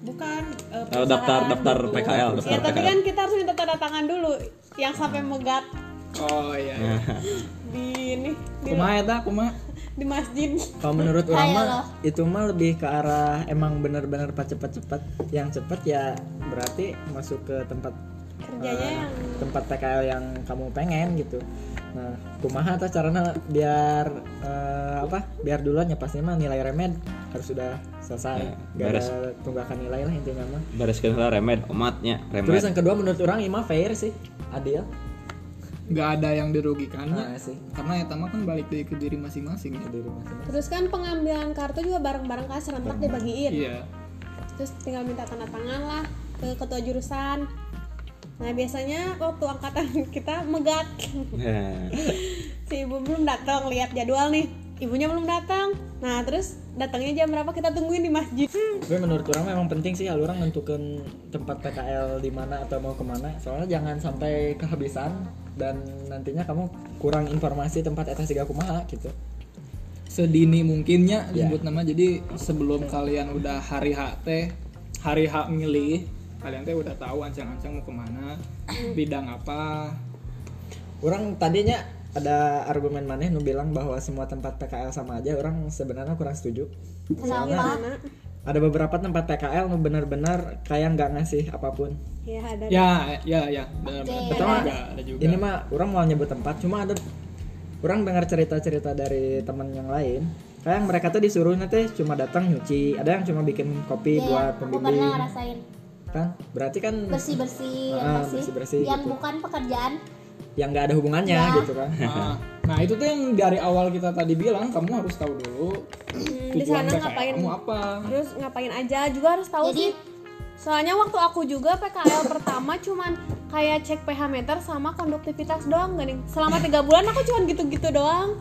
F: bukan eh,
D: Eh, daftar daftar PKL, daftar
B: Ya tapi
D: PKL.
B: kan kita harus minta tanda tangan dulu yang sampai megat
E: oh iya, iya.
B: di ini di,
C: kumaha eta kumaha
B: di masjid.
C: kalau menurut orang mah itu mah lebih ke arah emang bener-bener pas cepat-cepat yang cepet ya berarti masuk ke tempat
B: Kerjanya
E: Iya.
C: eh,
B: yang
C: tempat PKL yang kamu pengen gitu nah kumaha tah caranya biar eh, apa biar duluan ya pasti mah nilai remed harus sudah selesai
D: Ya,
C: gak
D: beres.
C: ada tunggakan nilai lah intinya mah
D: Bereskeun heula remed, omatnya
C: terus
D: remed.
C: yang kedua menurut orang ima fair sih adil
E: nggak ada yang
C: nah
E: dirugikannya
C: sih
E: karena ya mah kan balik dari ke diri masing-masing ya.
C: diri masing-masing.
B: Terus kan pengambilan kartu juga bareng-bareng kan serentak dibagiin.
E: iya
B: terus tinggal minta tanda tangan lah ke ketua jurusan nah biasanya waktu angkatan kita megat
D: Nah,
B: si ibu belum datang lihat jadwal nih ibunya belum datang nah terus datangnya jam berapa kita tungguin di masjid
C: tapi menurut orang memang penting sih kalau orang nentukan tempat PKL di mana atau mau kemana soalnya jangan sampai kehabisan dan nantinya kamu kurang informasi tempat eta siga kumaha gitu
E: sedini mungkinnya
C: Iya.
E: sebut nama jadi sebelum kalian udah hari H teh hari H milih kalian teh udah tahu ancang-ancang mau kemana bidang apa
C: orang tadinya ada argumen maneh nu bilang bahwa semua tempat PKL sama aja orang sebenarnya kurang setuju soalnya
B: Nah,
C: ada beberapa tempat PKL nu benar-benar kayak nggak ngasih apapun
B: ya ada
E: ya ya ya benar betul ada, ada juga
C: ini mah orang mau nyebut tempat cuma ada orang dengar cerita-cerita dari teman yang lain kayak mereka tuh disuruh nanti cuma datang nyuci ada yang cuma bikin kopi
A: Iya,
C: buat
A: aku pernah
C: pembimbing
A: ngerasain
C: kan berarti kan
A: bersih-bersih yang
C: Ah,
A: bersih,
C: bersih-bersih
A: yang
C: gitu.
A: bukan pekerjaan
C: yang nggak ada hubungannya
A: Iya.
C: gitu kan
E: Ah, nah itu tuh yang dari awal kita tadi bilang kamu harus tahu dulu
B: Hmm, di
E: tujuan
B: sana
E: PKL
B: ngapain
E: kamu apa
B: terus ngapain aja juga harus tahu sih
A: Jadi-
B: soalnya waktu aku juga PKL pertama cuman kayak cek pH meter sama konduktivitas doang gak nih selama tiga bulan aku cuman gitu-gitu doang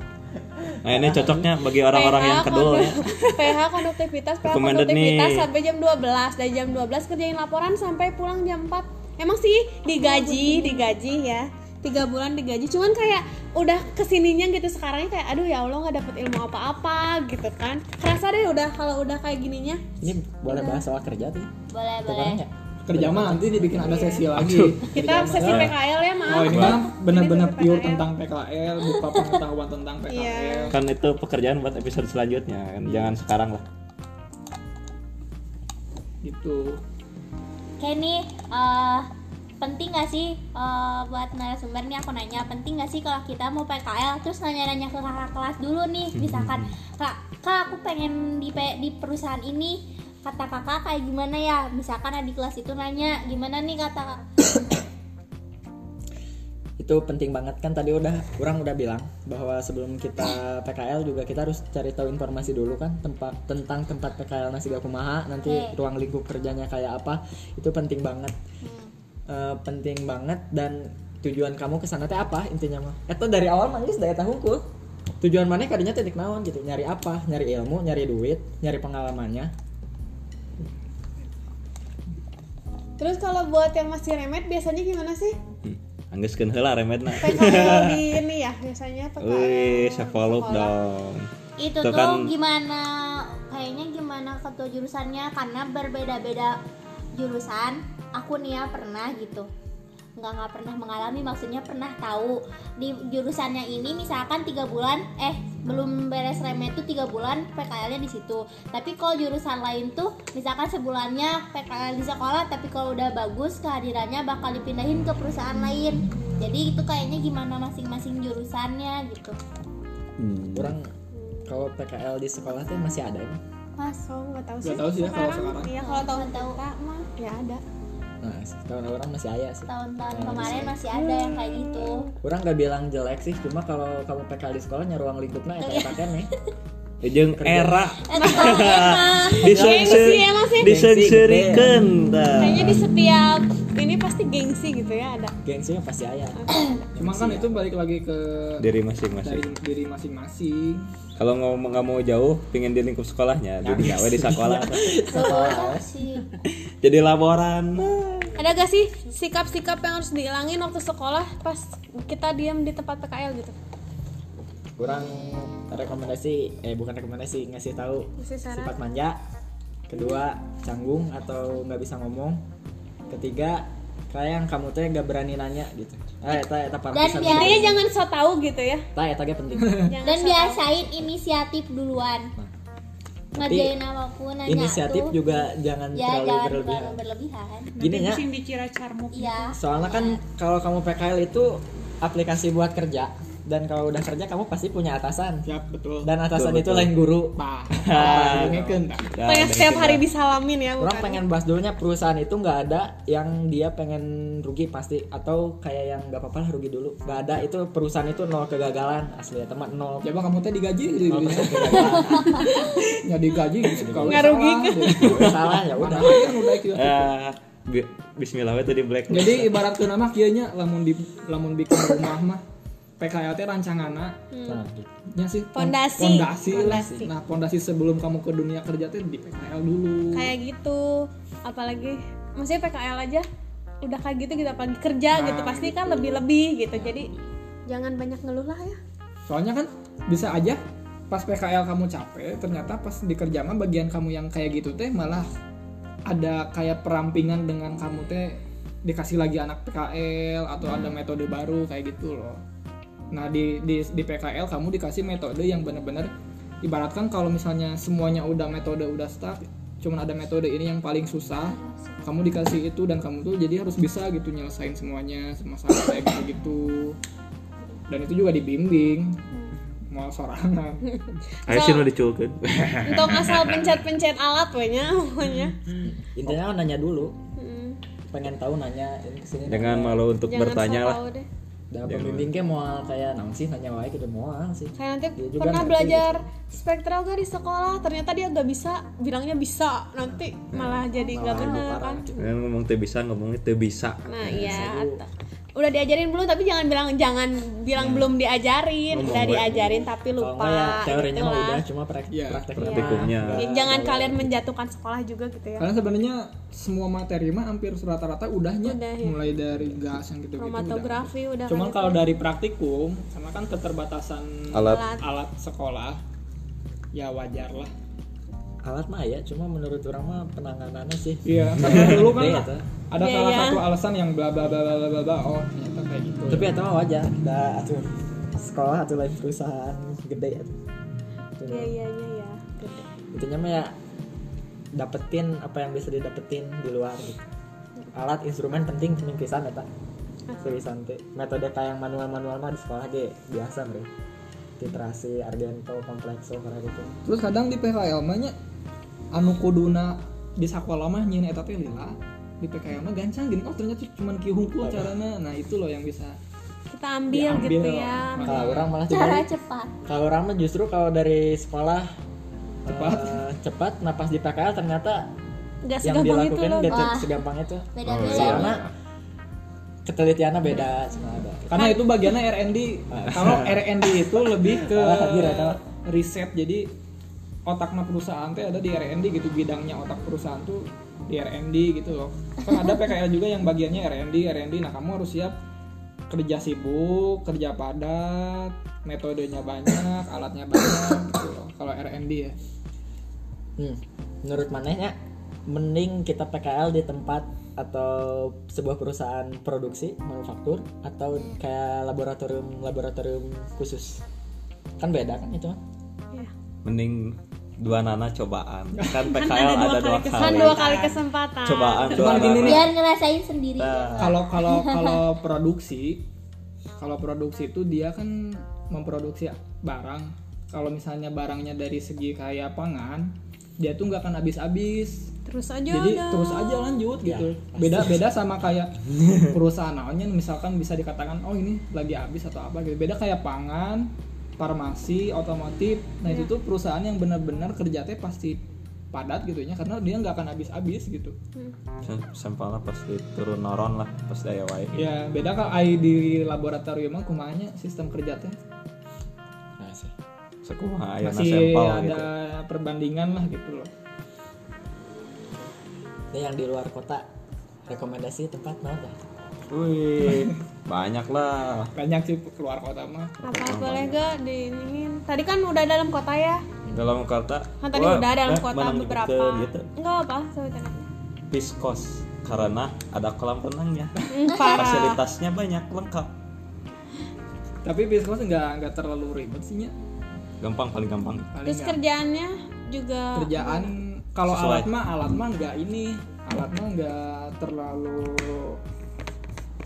D: nah ini cocoknya bagi orang-orang yang kedul
B: oh.
D: ya.
B: kondu- PH konduktivitas, PH
D: Recommended
B: konduktivitas
D: nih.
B: sampai jam 12 Dari jam 12 kerjain laporan sampai pulang jam 4 Emang sih digaji, digaji ya tiga bulan digaji cuman kayak udah kesininya gitu sekarang kayak aduh ya allah nggak dapet ilmu apa-apa gitu kan kerasa deh udah kalau udah kayak gininya
C: ini boleh bahas soal kerja tuh
A: boleh boleh
C: orang ya
E: kerja mah nanti dibikin ada sesi lagi
B: kita obsesi PKL ya
E: oh
B: maaf
E: ini mah benar-benar pure tentang PKL buka pengetahuan tentang PKL
D: Kan itu pekerjaan buat episode selanjutnya kan. Jangan sekarang lah.
E: gitu
A: kayak nih eh, penting gak sih eh, buat narasumber nih aku nanya penting gak sih kalau kita mau PKL terus nanya-nanya ke kakak kelas dulu nih misalkan kak kak aku pengen di pe- di perusahaan ini kata kakak kayak gimana ya misalkan adik kelas itu nanya gimana nih kata
C: itu penting banget kan tadi udah orang udah bilang bahwa sebelum kita PKL juga kita harus cari tahu informasi dulu kan tempat tentang tempat PKL nasi kumaha nanti
A: Oke.
C: ruang lingkup kerjanya kayak apa itu penting banget
A: Hmm.
C: Eh, penting banget dan tujuan kamu kesana teh apa intinya mah itu dari awal manggis daya tahu ku tujuan mana kadinya titik naon gitu nyari apa nyari ilmu nyari duit nyari pengalamannya
B: Terus kalau buat yang masih remet biasanya gimana sih?
D: Hmm. Anggeskeun heula remedna.
B: Iya, PKL di ini ya biasanya PKL.
D: Wih, sepolup
B: sekolah.
D: dong.
A: itu
D: Itu
A: tuh
D: kan-
A: gimana kayaknya gimana ketua jurusannya karena berbeda-beda jurusan aku nih ya pernah gitu nggak nggak pernah mengalami maksudnya pernah tahu di jurusannya ini misalkan tiga bulan eh belum beres rem itu tiga bulan PKL-nya di situ tapi kalau jurusan lain tuh misalkan sebulannya PKL di sekolah tapi kalau udah bagus kehadirannya bakal dipindahin ke perusahaan lain jadi itu kayaknya gimana masing-masing jurusannya gitu
D: Hmm.
C: orang kalau PKL di sekolah teh masih ada ya, emang?
A: mas
B: Oh, nggak tahu sih.
E: Nggak tahu sih ya kalau sekarang.
B: Iya, kalau tahun
A: Nggak tahu.
B: kita mah ya ada.
C: nah tahun orang masih ayah sih
A: tahun-tahun
C: Nah,
A: kemarin masih ada yang kayak gitu
C: Orang gak bilang jelek sih, cuma kalau kamu PKL di sekolahnya ruang lingkupnya
A: Iya.
C: ya pakai nih.
D: Jeung era
A: eh tahun emang
D: disensor
B: Gengsi emang sih.
D: disensurikeun
B: Kayaknya di setiap ini pasti gengsi gitu ya ada.
C: Gengsinya pasti ayah. Iya.
E: Cuma kan itu balik lagi ke
D: diri
E: dari
D: masing-masing.
E: diri masing-masing.
D: Kalau mau nggak mau jauh, pingin di lingkup sekolahnya, jadi gawe di sekolah.
A: Tuh, sih
D: jadi laporan.
B: Oh Ada gak sih sikap-sikap yang harus dihilangin waktu sekolah pas kita diam di tempat PKL gitu?
C: Kurang rekomendasi, eh bukan rekomendasi, ngasih tahu
B: Ngasih saran.
C: sifat manja. Kedua, canggung atau nggak bisa ngomong. Ketiga, kayak yang kamu teh gak berani nanya gitu. Eh, eta eta parah
A: Dan
C: pisan.
A: biar-
B: Intinya jangan so tau gitu ya.
C: Eta eta ge penting.
B: Jangan
A: dan
B: so tau.
A: biasain inisiatif duluan ngerjain apapun nanya
C: Nah, Inisiatif
A: tuh
C: juga jangan
A: ya
C: terlalu
A: jangan
C: berlebihan.
A: terlalu berlebihan
C: Gini, ya.
F: Nanti
B: Iya.
C: Nya.
F: pusing dikira carmuk
A: iya
C: Soalnya kan kalau kamu PKL itu aplikasi buat kerja dan kalau udah kerja kamu pasti punya atasan.
E: Siap, betul.
C: Dan atasan
D: Betul,
C: itu
D: betul.
C: lain guru.
E: Pak.
D: Ya,
B: Pengen
D: dari
B: setiap
D: situ.
E: gitu
B: hari disalamin ya
C: Orang
B: bukan?
C: pengen bahas dulunya perusahaan itu nggak ada yang dia pengen rugi pasti atau kayak yang nggak apa-apa lah rugi dulu nggak ada itu perusahaan itu nol kegagalan asli ya teman nol
E: Coba kamu teh digaji gitu
C: nol
E: gitu.
C: persen kegagalan
E: Ya digaji kalau
B: Nggak rugi kan?
C: Kalau salah ya udah
E: Udah kan udah itu.
D: Eh, bi- Bismillah we teh di black.
E: Jadi ibarat ke nama kieu nya lamun di lamun bikin rumah mah PKL teh rancanganna
C: Nah, gitu.
E: nya sih pon-
B: Pondasi.
E: pondasi lah.
B: Pondasi.
E: Nah, pondasi sebelum kamu ke dunia kerja teh di PKL dulu.
B: Kayak gitu. Apalagi maksudnya PKL aja udah kayak gitu gitu apalagi kerja
E: Nah,
B: gitu pasti kan lebih-lebih gitu. Jadi jangan banyak ngeluh lah ya.
E: Soalnya kan bisa aja pas PKL kamu capek, ternyata pas di kerja mah bagian kamu yang kayak gitu teh malah ada kayak perampingan dengan kamu teh dikasih lagi anak PKL atau ada metode baru kayak gitu loh. Nah di di, di PKL kamu dikasih metode yang bener-bener ibaratkan kalau misalnya semuanya udah metode udah stuck, cuman ada metode ini yang paling susah, kamu dikasih itu dan kamu tuh jadi harus bisa gitu nyelesain semuanya masalah kayak gitu gitu. Dan itu juga dibimbing
B: Hmm.
E: mau sorangan.
B: Iya.
D: Ayo sih nu diculkeun.
B: Untuk asal pencet-pencet alat pokoknya pokoknya.
C: intinya nanya dulu
B: Mm.
C: pengen tahu nanya ini kesini
D: Jangan
C: nanya.
D: malu untuk
B: Jangan
D: bertanya
B: so
D: lah.
B: tau deh.
C: dan pembimbing kayak mau kayak naon sih nanya wae gitu mau sih
B: Kayak nanti
C: Dia juga
B: pernah
C: ngerti
B: belajar spektral gak di sekolah, ternyata dia gak bisa, bilangnya bisa, nanti malah jadi gak bener kan.
D: Jangan ngomong teu bisa, ngomongnya teu bisa.
B: Nah iya, at- udah diajarin belum? Tapi jangan bilang jangan bilang belum diajarin,
D: Ngomong
B: udah
D: gue.
B: diajarin tapi lupa.
C: kalau
B: gitu
C: nggak ya teorinya mah
B: gitulah.
C: udah cuma prak-
E: Iya.
C: prakteknya
D: Praktikumnya.
B: Ya, jangan kalian menjatuhkan sekolah juga gitu ya.
E: Karena sebenarnya semua materi mah hampir rata-rata udahnya
B: Udah, ya.
E: mulai dari gas yang gitu-gitu. udah.
B: Kromatografi udah.
E: gitu Cuman
B: kan
E: kalau dari praktikum sama kan keterbatasan
D: Alat.
E: alat sekolah ya wajar lah.
C: alat mah ya cuma menurut orang mah penanganannya sih
E: Iya, karena dulu kan
C: Iya, tuh.
E: ada
B: Iya,
E: salah
B: iya.
E: satu alasan yang bla bla bla bla bla bla, bla. Oh, ternyata kayak gitu.
C: tapi itu mah wajar da atuh sekolah atau lain perusahaan gede atuh.
B: gitu. Iya iya iya iya. Gitu.
C: intinya mah ya dapetin apa yang bisa didapetin di luar gitu. alat instrumen penting ya, penting pisan eta pisan teh metode kayak yang manual-manual mah di sekolah ge biasa bre titrasi ardento komplekso karena gitu
E: Terus kadang di PKL mah nya anu kuduna di sakola mah nyin eta teh lila di PKL mah gancang gini oh ternyata cuman kieu hungkul caranya nah itu loh yang bisa
B: kita ambil,
E: Diambil
B: gitu
E: loh.
B: ya
C: kalau orang malah
A: cara
C: jadi
A: cepat
C: kalau orang mah justru kalau dari sekolah
E: Cepat.
D: Ah.
C: eh, cepat napas di PKL ternyata
B: nggak
C: yang
B: segampang itu
C: dilakukan
B: loh
C: gak
A: Wah.
C: segampang itu
A: beda
D: Oh,
A: beda
D: iya.
C: soalnya ketelitiannya beda sama ada
E: karena itu bagiannya R&D kalau R&D itu lebih ke
C: Salah lagi, Ra, salah.
E: riset jadi otak mah perusahaan teh ada di R&D gitu bidangnya otak perusahaan tuh di R&D gitu loh kan ada PKL juga yang bagiannya R&D R&D nah kamu harus siap kerja sibuk kerja padat metodenya banyak alatnya banyak gitu loh kalau R&D ya
C: Hmm, menurut manehnya mending kita PKL di tempat atau sebuah perusahaan produksi manufaktur atau kayak laboratorium laboratorium khusus kan beda kan itu mah?
B: Iya.
D: mending dua nana cobaan kan PKL
B: ada dua kali
D: ada dua
B: kesan
D: kali
B: Kan dua kali Nah, kesempatan
D: cobaan kan. dua
E: Cuman gini
D: nana
E: nih.
A: biar ngerasain sendiri
D: Nah,
E: kalau kalau kalau produksi kalau produksi itu dia kan memproduksi barang kalau misalnya barangnya dari segi kayak pangan dia tuh nggak akan habis-habis
B: terus aja
E: jadi
B: ada.
E: terus aja lanjut gitu beda beda sama kayak perusahaan naonnya misalkan bisa dikatakan oh ini lagi habis atau apa gitu beda kayak pangan farmasi otomotif nah itu tuh perusahaan yang benar-benar kerjanya pasti padat gitu ya karena dia nggak akan habis-habis gitu
D: sampalnya pasti turun noron lah pasti aya wae
E: Ya beda kan AI di laboratorium mah kumanya sistem kerja teh
C: Nah, sih.
D: sekumaha ayeuna
E: masih
D: Iya, sampel
E: ada
D: gitu
E: perbandingan lah gitu loh.
C: Ini yang di luar kota rekomendasi tempat mau nggak?
D: wih banyak lah
E: Banyak sih keluar kota mah.
B: apa boleh gak diinin tadi kan udah dalam kota ya
D: dalam kota
B: kan tadi
D: wah,
B: udah dalam
D: eh,
B: kota
D: menang
B: beberapa
D: nyebutkeun gitu
B: enggak apa sebutannya
D: piskos karena ada kolam renangnya
B: parah
D: fasilitasnya banyak lengkap
E: Tapi biskos nggak nggak terlalu ribet sih nya.
D: gampang paling gampang
E: Paling
B: terus
E: nggak-
B: kerjaannya juga
E: kerjaan kalau
D: Sesuai.
E: alat mah alat mah nggak ini alat mah nggak terlalu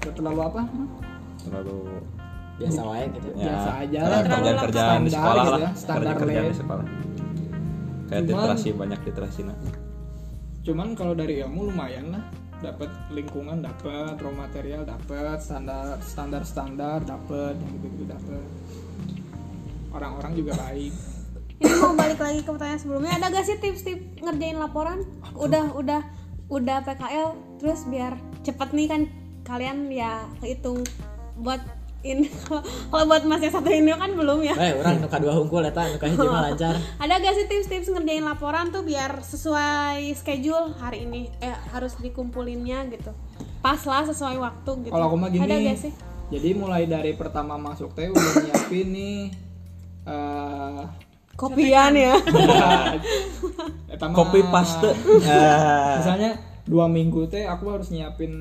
E: nggak terlalu apa
D: terlalu ya,
C: Biasa wae gitu.
E: Biasa aja lah.
D: kerjaan kerjaan di
E: Standar
D: sekolah
E: gitu
D: lah
E: ya, standar
D: kerjaan kerjaan
E: lab.
D: di sekolah kayak
E: Cuman-
D: literasi banyak literasi nah
E: cuman kalau dari ilmu lumayan lah dapat lingkungan dapat raw material dapat standar standar standar dapat yang gitu gitu dapat orang-orang juga baik
B: ini mau balik lagi ke pertanyaan sebelumnya ada gak sih tips-tips ngerjain laporan udah udah udah PKL terus biar cepet nih kan kalian ya kehitung buat ini kalau buat mas yang satu ini kan belum ya
C: Eh, orang nuka dua hungkul eta nuka hiji mah lancar.
B: ada gak sih tips-tips ngerjain laporan tuh biar sesuai schedule hari ini eh harus dikumpulinnya gitu pas lah sesuai waktu gitu
E: Kalau aku mah gini.
B: ada gak sih
E: Jadi mulai dari pertama masuk teh udah nyiapin nih eh
B: kopian ya
E: eta mah-
D: copy paste Ya,
E: Misalnya dua minggu teh aku harus nyiapin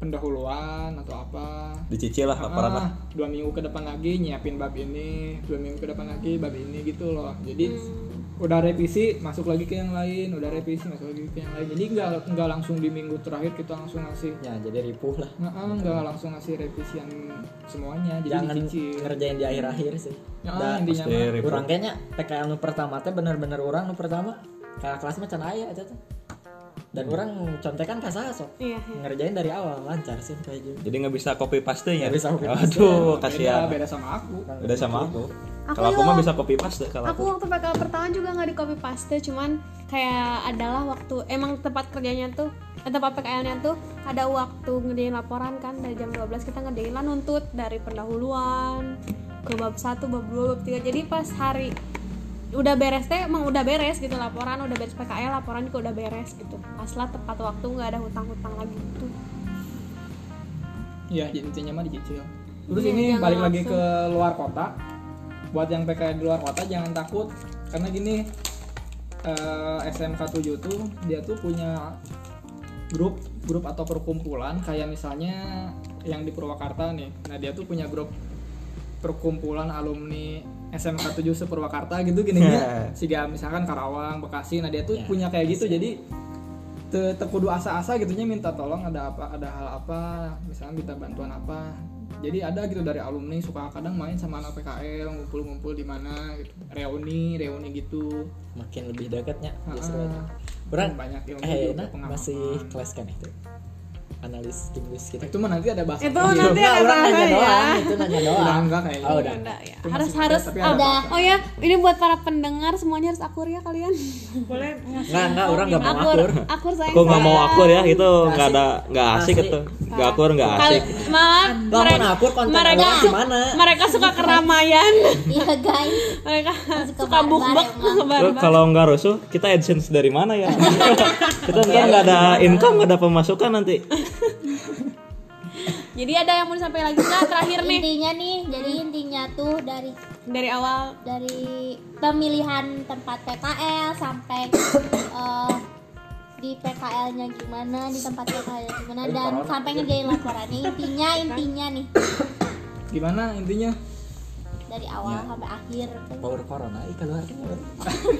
E: pendahuluan atau apa.
D: dicicil lah laporan lah
E: Ah, dua minggu ke depan lagi nyiapin bab ini, dua minggu ke depan lagi bab ini gitu loh. Jadi
B: Hmm.
E: udah revisi masuk lagi ke yang lain, udah revisi masuk lagi ke yang lain. Jadi nggak nggak langsung di minggu terakhir kita langsung ngasih
C: Ya, jadi ripuh lah.
E: Nah, ah, nggak langsung ngasih revisian semuanya, jadi
C: Jangan
E: dicicil.
C: ngerjain di akhir-akhir sih.
E: Ya,
C: Da,
E: intinya
D: pasti
E: mah.
D: report
C: Orang kayaknya PKL nu pertama teh bener-bener orang nu pertama kakak kelas mah can aya eta teh.
E: Hmm.
C: Dan orang contekan ka saha sok.
B: iya iya.
C: Ngerjain dari awal lancar sih kayak gitu.
D: jadi nggak bisa copy paste ya
C: Nggak bisa copy paste.
D: aduh
E: Beda,
D: kasihan
E: beda sama aku.
D: udah sama aku
B: Aku
D: kalau aku
B: juga-
D: mah bisa copy paste kalau
B: aku
D: aku
B: waktu PKL pertama juga nggak di copy paste cuman kayak adalah waktu emang tempat kerjanya tuh eh, tempat PKL-nya tuh ada waktu ngerjain laporan kan dari jam 12 kita ngerjain lah nuntut dari pendahuluan ke bab 1, bab 2, bab 3 jadi pas hari udah beres teh emang udah beres gitu laporan udah beres PKL laporan juga udah beres gitu pas lah tepat waktu nggak ada hutang-hutang lagi gitu
E: Ya, jadi intinya mah dicicil. Terus
B: Iya,
E: ini
B: jangan
E: balik lagi
B: langsung.
E: ke luar kota. Buat yang PKL di luar kota jangan takut karena gini eh, SMK 7 tuh dia tuh punya grup grup atau perkumpulan kayak misalnya yang di Purwakarta nih. Nah, dia tuh punya grup perkumpulan alumni SMK 7 se-Purwakarta gitu gini ya. Siga misalkan Karawang, Bekasi. Nah, dia tuh
C: Ya,
E: punya kayak gitu. Jadi te, te kudu asa-asa gitunya minta tolong ada apa ada hal apa misalnya minta bantuan apa jadi ada gitu dari alumni suka kadang main sama anak PKL ngumpul-ngumpul di mana gitu reuni reuni gitu
C: Makin lebih dekatnya justru
E: Ah,
C: itu. Orang
E: banyak ilmu
C: Iya, eh,
E: juga
C: nah,
E: pengalaman.
C: masih kelas kan itu analis English kita
E: itu mah Oh, nanti ada bahasa
B: Itu nanti ada
C: orang nanya
B: bahasa ya.
C: doang itu nanya doang
E: Udah enggak gitu. kayaknya.
C: oh, udah
B: Enggak ya.
E: Itu
B: Harus
E: masih
B: harus
E: tapi
B: oh,
E: ada
A: Udah.
B: oh ya, ini buat para pendengar semuanya harus akur ya kalian.
F: boleh
B: Iya,
F: ngasih
C: Enggak, enggak, orang enggak mau
B: Akur,
C: akur.
B: akur sayang.
D: aku nggak mau
B: sayang.
D: akur ya itu nggak ada nggak asik
C: Asik.
D: itu nggak akur nggak asik
B: Kal- malah
C: Nggak mau
B: mereka,
C: akur konten
B: mereka-
C: orang gimana?
B: mereka suka keramaian.
A: Iya guys,
B: mereka
A: Masuk ke
B: suka
A: barbar
B: bukbak
A: emang.
B: ke
D: Terus
B: barbar.
D: kalau nggak rusuh kita adsense dari mana ya kita ntar nggak ada income nggak ada pemasukan nanti
B: Jadi ada yang mau disampaikan lagi nggak terakhir nih
A: intinya nih, jadi intinya tuh dari
B: dari awal
A: dari pemilihan tempat PKL sampai eh, di PKL-nya gimana, di tempat PKL-nya gimana dan sampai
E: ya.
A: ngerjain laporan intinya intinya nih
E: gimana intinya
A: dari awal
E: Iya.
A: sampai akhir
C: power corona ih keluar asli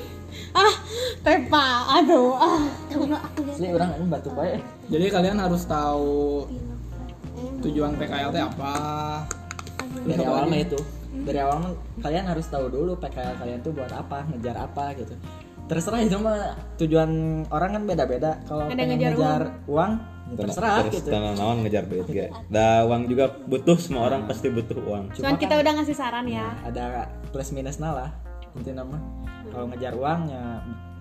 B: ah tepa aduh ah.
A: tahu lo aku lihat
C: orang ini batu baik
E: jadi kalian harus tahu tujuan PKL teh apa
C: dari awal mah itu dari awal mah kalian harus tahu dulu PKL kalian tuh buat apa ngejar apa gitu terserah itu mah tujuan orang kan beda-beda kalau
B: Ada
C: pengen
B: ngejar
C: ngejar, uang, ya terserah
D: terus
C: gitu
D: tanah naon ngejar duit ge da uang juga butuh semua orang pasti butuh uang
B: cuman kita udah ngasih saran ya
C: kan ada plus minusnya lah inti nama kalau ngejar uangnya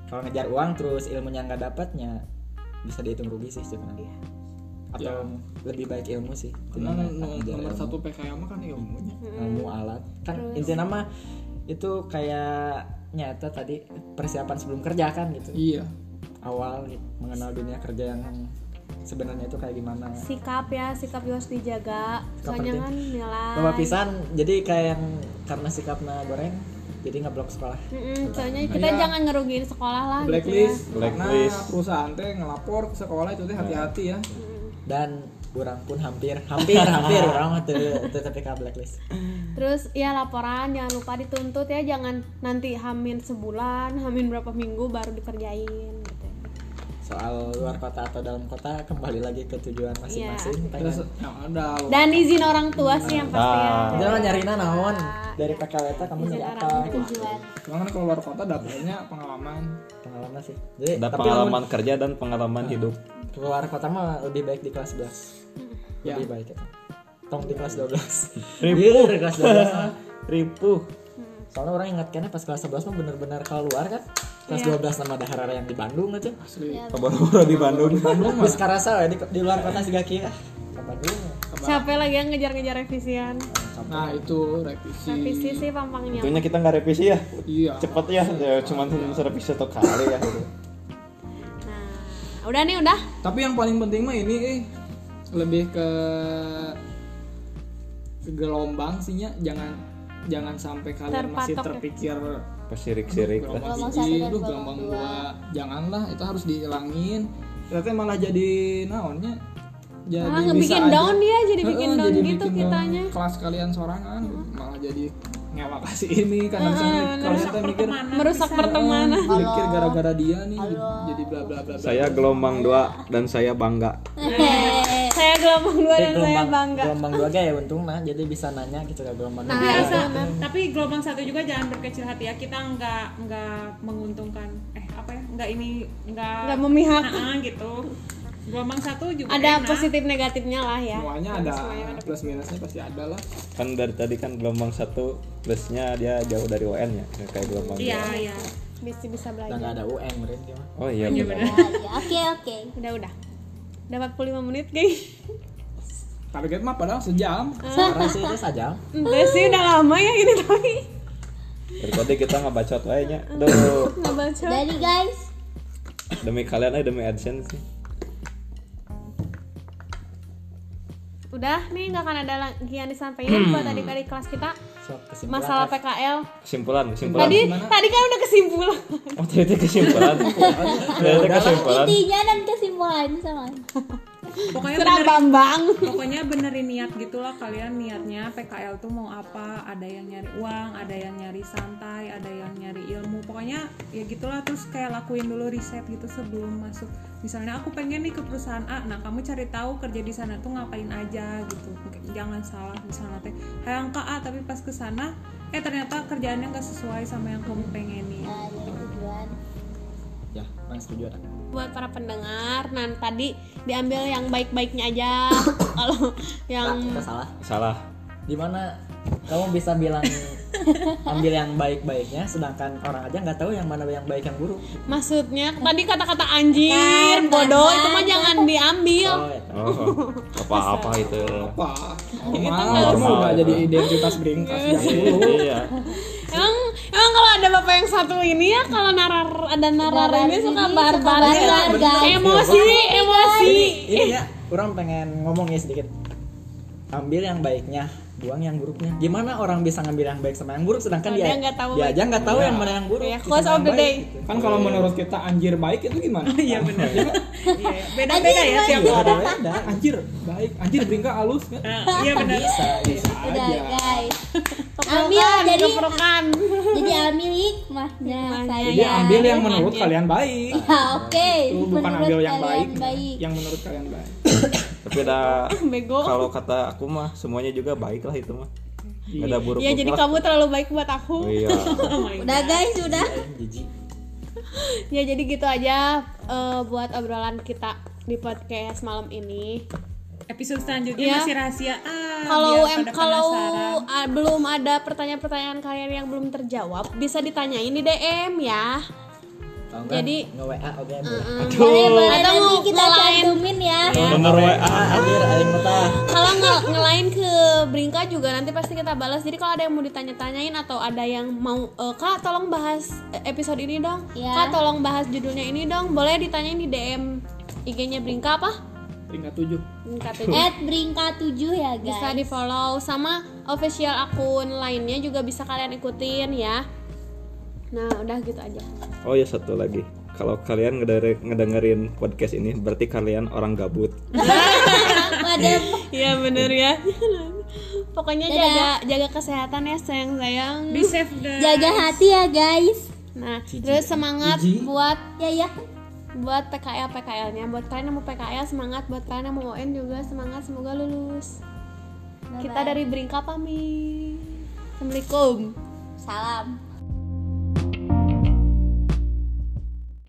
C: kalau ngejar uang terus ilmunya nggak dapatnya bisa dihitung rugi sih sebenarnya atau
E: Ya.
C: lebih baik ilmu sih
E: karena
C: Iya. Cuman
E: no-
C: ngejar
E: nomor
C: ilmu.
E: satu PKL mah kan ilmunya
C: ilmu alat kan inti nama itu kayak nyata tadi persiapan sebelum kerja kan gitu
E: iya
C: awal gitu, mengenal dunia kerja yang sebenarnya itu kayak gimana
B: sikap ya sikap juga harus dijaga
C: Sikap
B: soalnya
C: penting.
B: kan nilai
C: bawa pisan jadi kayak yang karena sikapnya goreng jadi ngeblok sekolah
B: Mm-mm, soalnya kita
E: Kayak
B: jangan ngerugiin sekolah lah gitu
E: blacklist
D: ya.
E: Ah, gitu karena
D: Blacklist.
E: perusahaan teh ngelapor ke sekolah itu teh hati-hati ya
C: dan kurang pun hampir hampir hampir orang itu tapi blacklist
B: terus ya laporan jangan lupa dituntut ya jangan nanti hamin sebulan hamin berapa minggu baru dikerjain gitu ya.
C: soal luar kota atau dalam kota kembali lagi ke tujuan masing-masing
E: terus
C: pengen
E: yang ada lu
B: dan izin orang tua sih yang pasti ya
C: jangan nyarina naon dari PKL kamu
B: Iya,
C: nyari apa
A: tujuan
E: cuman kan keluar kota dapetnya pengalaman
C: pengalaman sih jadi
D: ada
C: tapi
D: pengalaman kerja dan pengalaman hidup
C: keluar kota mah lebih baik di kelas 11
E: Ya.
C: lebih baik itu tong di kelas 12
D: Ribu.
C: di kelas 12 mah.
D: ripuh
C: soalnya orang ingatkannya pas kelas 11 mah bener-bener keluar kan kelas 12 nama daerah yang di Bandung aja
E: asli
D: boro-boro di Bandung
C: terus karasa we, di, di luar kota siga kieu ah ke Bandung we.
B: capek lagi yang ngejar-ngejar revisian
E: nah itu revisi
B: revisi sih pampangnya
D: tentunya kita nggak revisi ya
E: iya
D: cepet ya Ya, cuman revisi satu kali ya gitu.
B: Nah, udah nih udah.
E: tapi yang paling penting mah ini eh, lebih ke ke gelombang sih nya. jangan jangan sampai kalian masih
B: Terpatok ya.
E: terpikir
D: sirik-sirik lah
E: gelombang
A: Gelombang satu
E: tinggi
A: dan
E: duh
A: gelombang
E: gelombang
A: dua.
E: dua janganlah itu harus dihilangin ternyata malah jadi naonnya jadi
B: Malah
E: bisa
B: ngebikin
E: aja-
B: down ya, jadi bikin
E: Heeh,
B: down
E: jadi
B: gitu
E: bikin down
B: kitanya.
E: kelas kalian sorangan malah jadi ngewa kasih ini kadang kalau kita mikir
B: Merusak pertemanan.
E: mikir gara-gara dia nih jadi bla bla bla bla
D: saya gelombang dua dan saya bangga
B: Saya gelombang dua
C: Jadi
B: dan saya
C: gelombang
B: bangga.
C: gelombang dua ge ya untung nah jadi bisa nanya gitu ke gelombang dua.
F: tapi harus
B: iya,
F: tapi gelombang satu juga jangan berkecil hati ya kita nggak nggak menguntungkan eh apa ya nggak ini nggak
B: Nggak memihak.
F: Nah, gitu gelombang satu juga
B: Ada
F: enak.
B: positif negatifnya lah ya.
E: semuanya ada plus minusnya pasti ada lah
D: kan dari tadi kan gelombang satu plusnya dia jauh dari UN ya nggak kayak gelombang
F: iya
D: dua
F: iya
B: Bisa bisa
C: Udah
B: belajar.
C: nggak ada UN meren dia mah.
D: oh iya benar
A: Iya, oke oke
B: Udah udah. Udah 45 menit, guys.
E: target mah padahal sejam
C: Sekarang sih itu saja.
B: Enggak sih udah lama ya ini tapi.
D: dari tadi kita nggak bacot wae nya Aduh,
B: Nggak baca.
A: jadi guys
D: demi kalian aja demi adsense nih.
B: Udah nih nggak akan ada lagi yang disampaikan buat adik-adik kelas kita
C: Sok kesimpulan.
B: masalah PKL.
D: kesimpulan kesimpulan
B: Tadi tadi kan udah kesimpulan.
D: oh tadi itu kesimpulan tadi itu kesimpulan
A: intinya dan kesimpulannya sama
F: pokoknya
B: Serah
F: bener-
B: Bambang.
F: pokoknya benerin niat gitulah kalian niatnya PKL tuh mau apa ada yang nyari uang ada yang nyari santai ada yang nyari ilmu pokoknya ya gitulah terus kayak lakuin dulu riset gitu sebelum masuk misalnya aku pengen nih ke perusahaan A nah kamu cari tahu kerja di sana tuh ngapain aja gitu jangan salah misalnya teh hayang ke A tapi pas ke sana eh ternyata kerjaannya nggak sesuai sama yang kamu pengenin
A: Nah, ada tujuan
C: Ya, kurang setuju ada.
B: buat para pendengar nah tadi diambil yang baik-baiknya aja kalau yang
C: Nah, kita salah.
D: salah
C: Gimana kamu bisa bilang ambil yang baik-baiknya sedangkan orang aja nggak tahu yang mana yang baik yang buruk. Gitu
B: maksudnya tadi kata-kata anjir
A: Kan,
B: bodoh
A: kan,
B: itu mah
A: kan.
B: jangan diambil
C: Oh, ya.
D: oh, apa apa itu
E: Wah,
D: nggak
E: mahal kamu
D: normal.
E: udah jadi identitas beringkas jangan dulu.
D: iya
B: emang emang kalau ada bapak yang satu ini ya kalau narar ada narar
A: Narar
B: ini
A: ini
B: suka
A: suka
B: barbar
A: barbar, guys. Iya,
B: emosi emosi
C: Ini ya, orang pengen ngomongnya sedikit. Ambil yang baiknya, buang yang buruknya. Gimana orang bisa ngambil yang baik sama yang buruk sedangkan
B: Oh,
C: dia,
B: dia nggak tahu
C: dia
B: baik.
C: aja nggak tahu yang mana yang buruk.
B: Ya,
C: itu
B: close
C: mana
B: of
C: yang
B: the
C: baik,
B: day.
C: gitu.
E: Kan kalau menurut kita anjir baik itu gimana?
F: Iya benar. Iya, Beda-beda ya tiap
C: Iya,
F: orang.
C: beda.
E: Anjir baik, anjir beringka halus kan?
F: Nah, Iya benar.
A: udah guys
B: ambil
A: Ambil,
B: jadi
A: Iya, jadi-
B: keperukan
A: jadi ambil hikmahnya saya
E: Jadi ambil yang
B: Iya,
E: menurut
B: iya.
E: kalian baik.
A: ya oke
E: Itu bukan
A: Menurut
E: ambil yang baik,
A: kalian baik.
E: yang menurut kalian baik.
D: tapi ada
B: bego
D: kalau kata aku mah semuanya juga baik lah itu mah Nggak ada buruk
B: ya jadi
D: lah.
B: kamu terlalu baik buat aku
D: Oh, iya
A: udah guys udah
C: Jijik.
B: ya jadi gitu aja eh, buat obrolan kita di podcast malam ini
F: Episode selanjutnya
B: Iya.
F: masih rahasia. Ah,
B: kalau
F: biar
B: em
F: pada
B: kalau
F: penasaran.
B: ah, belum ada pertanyaan-pertanyaan kalian yang belum terjawab bisa ditanyain di DM ya
C: Kalau nggak,
B: Jadi-
C: nge-WA oke boleh.
A: boleh boleh
B: Atau
A: nanti kita
B: ngelain.
A: cantumin ya
D: nomor WA
C: Ah, anjir, aing betah.
B: kalau nge- ngelain ke Brinka juga nanti pasti kita balas jadi kalau ada yang mau ditanya-tanyain atau ada yang mau e, kak tolong bahas eh, episode ini dong
A: Iya.
B: kak tolong bahas judulnya ini dong boleh ditanyain di DM IG-nya Brinka apa
E: Peringkat tujuh.
B: Brinka tujuh.
A: at beringka 7 ya guys
B: bisa di follow sama official akun lainnya juga bisa kalian ikutin ya nah udah gitu aja
D: oh ya satu lagi kalau kalian ngedere- ngedengerin podcast ini berarti kalian orang gabut
A: Wadah,
B: Iya bener ya pokoknya
A: Dadah.
B: jaga jaga kesehatan ya sayang sayang
F: be safe guys.
A: jaga hati ya guys
B: nah terus semangat buat
A: ya ya
B: buat PKL PKL-nya buat kalian yang mau PKL semangat buat kalian yang mau UN juga semangat semoga lulus kita dari Bringka pamit assalamualaikum
A: salam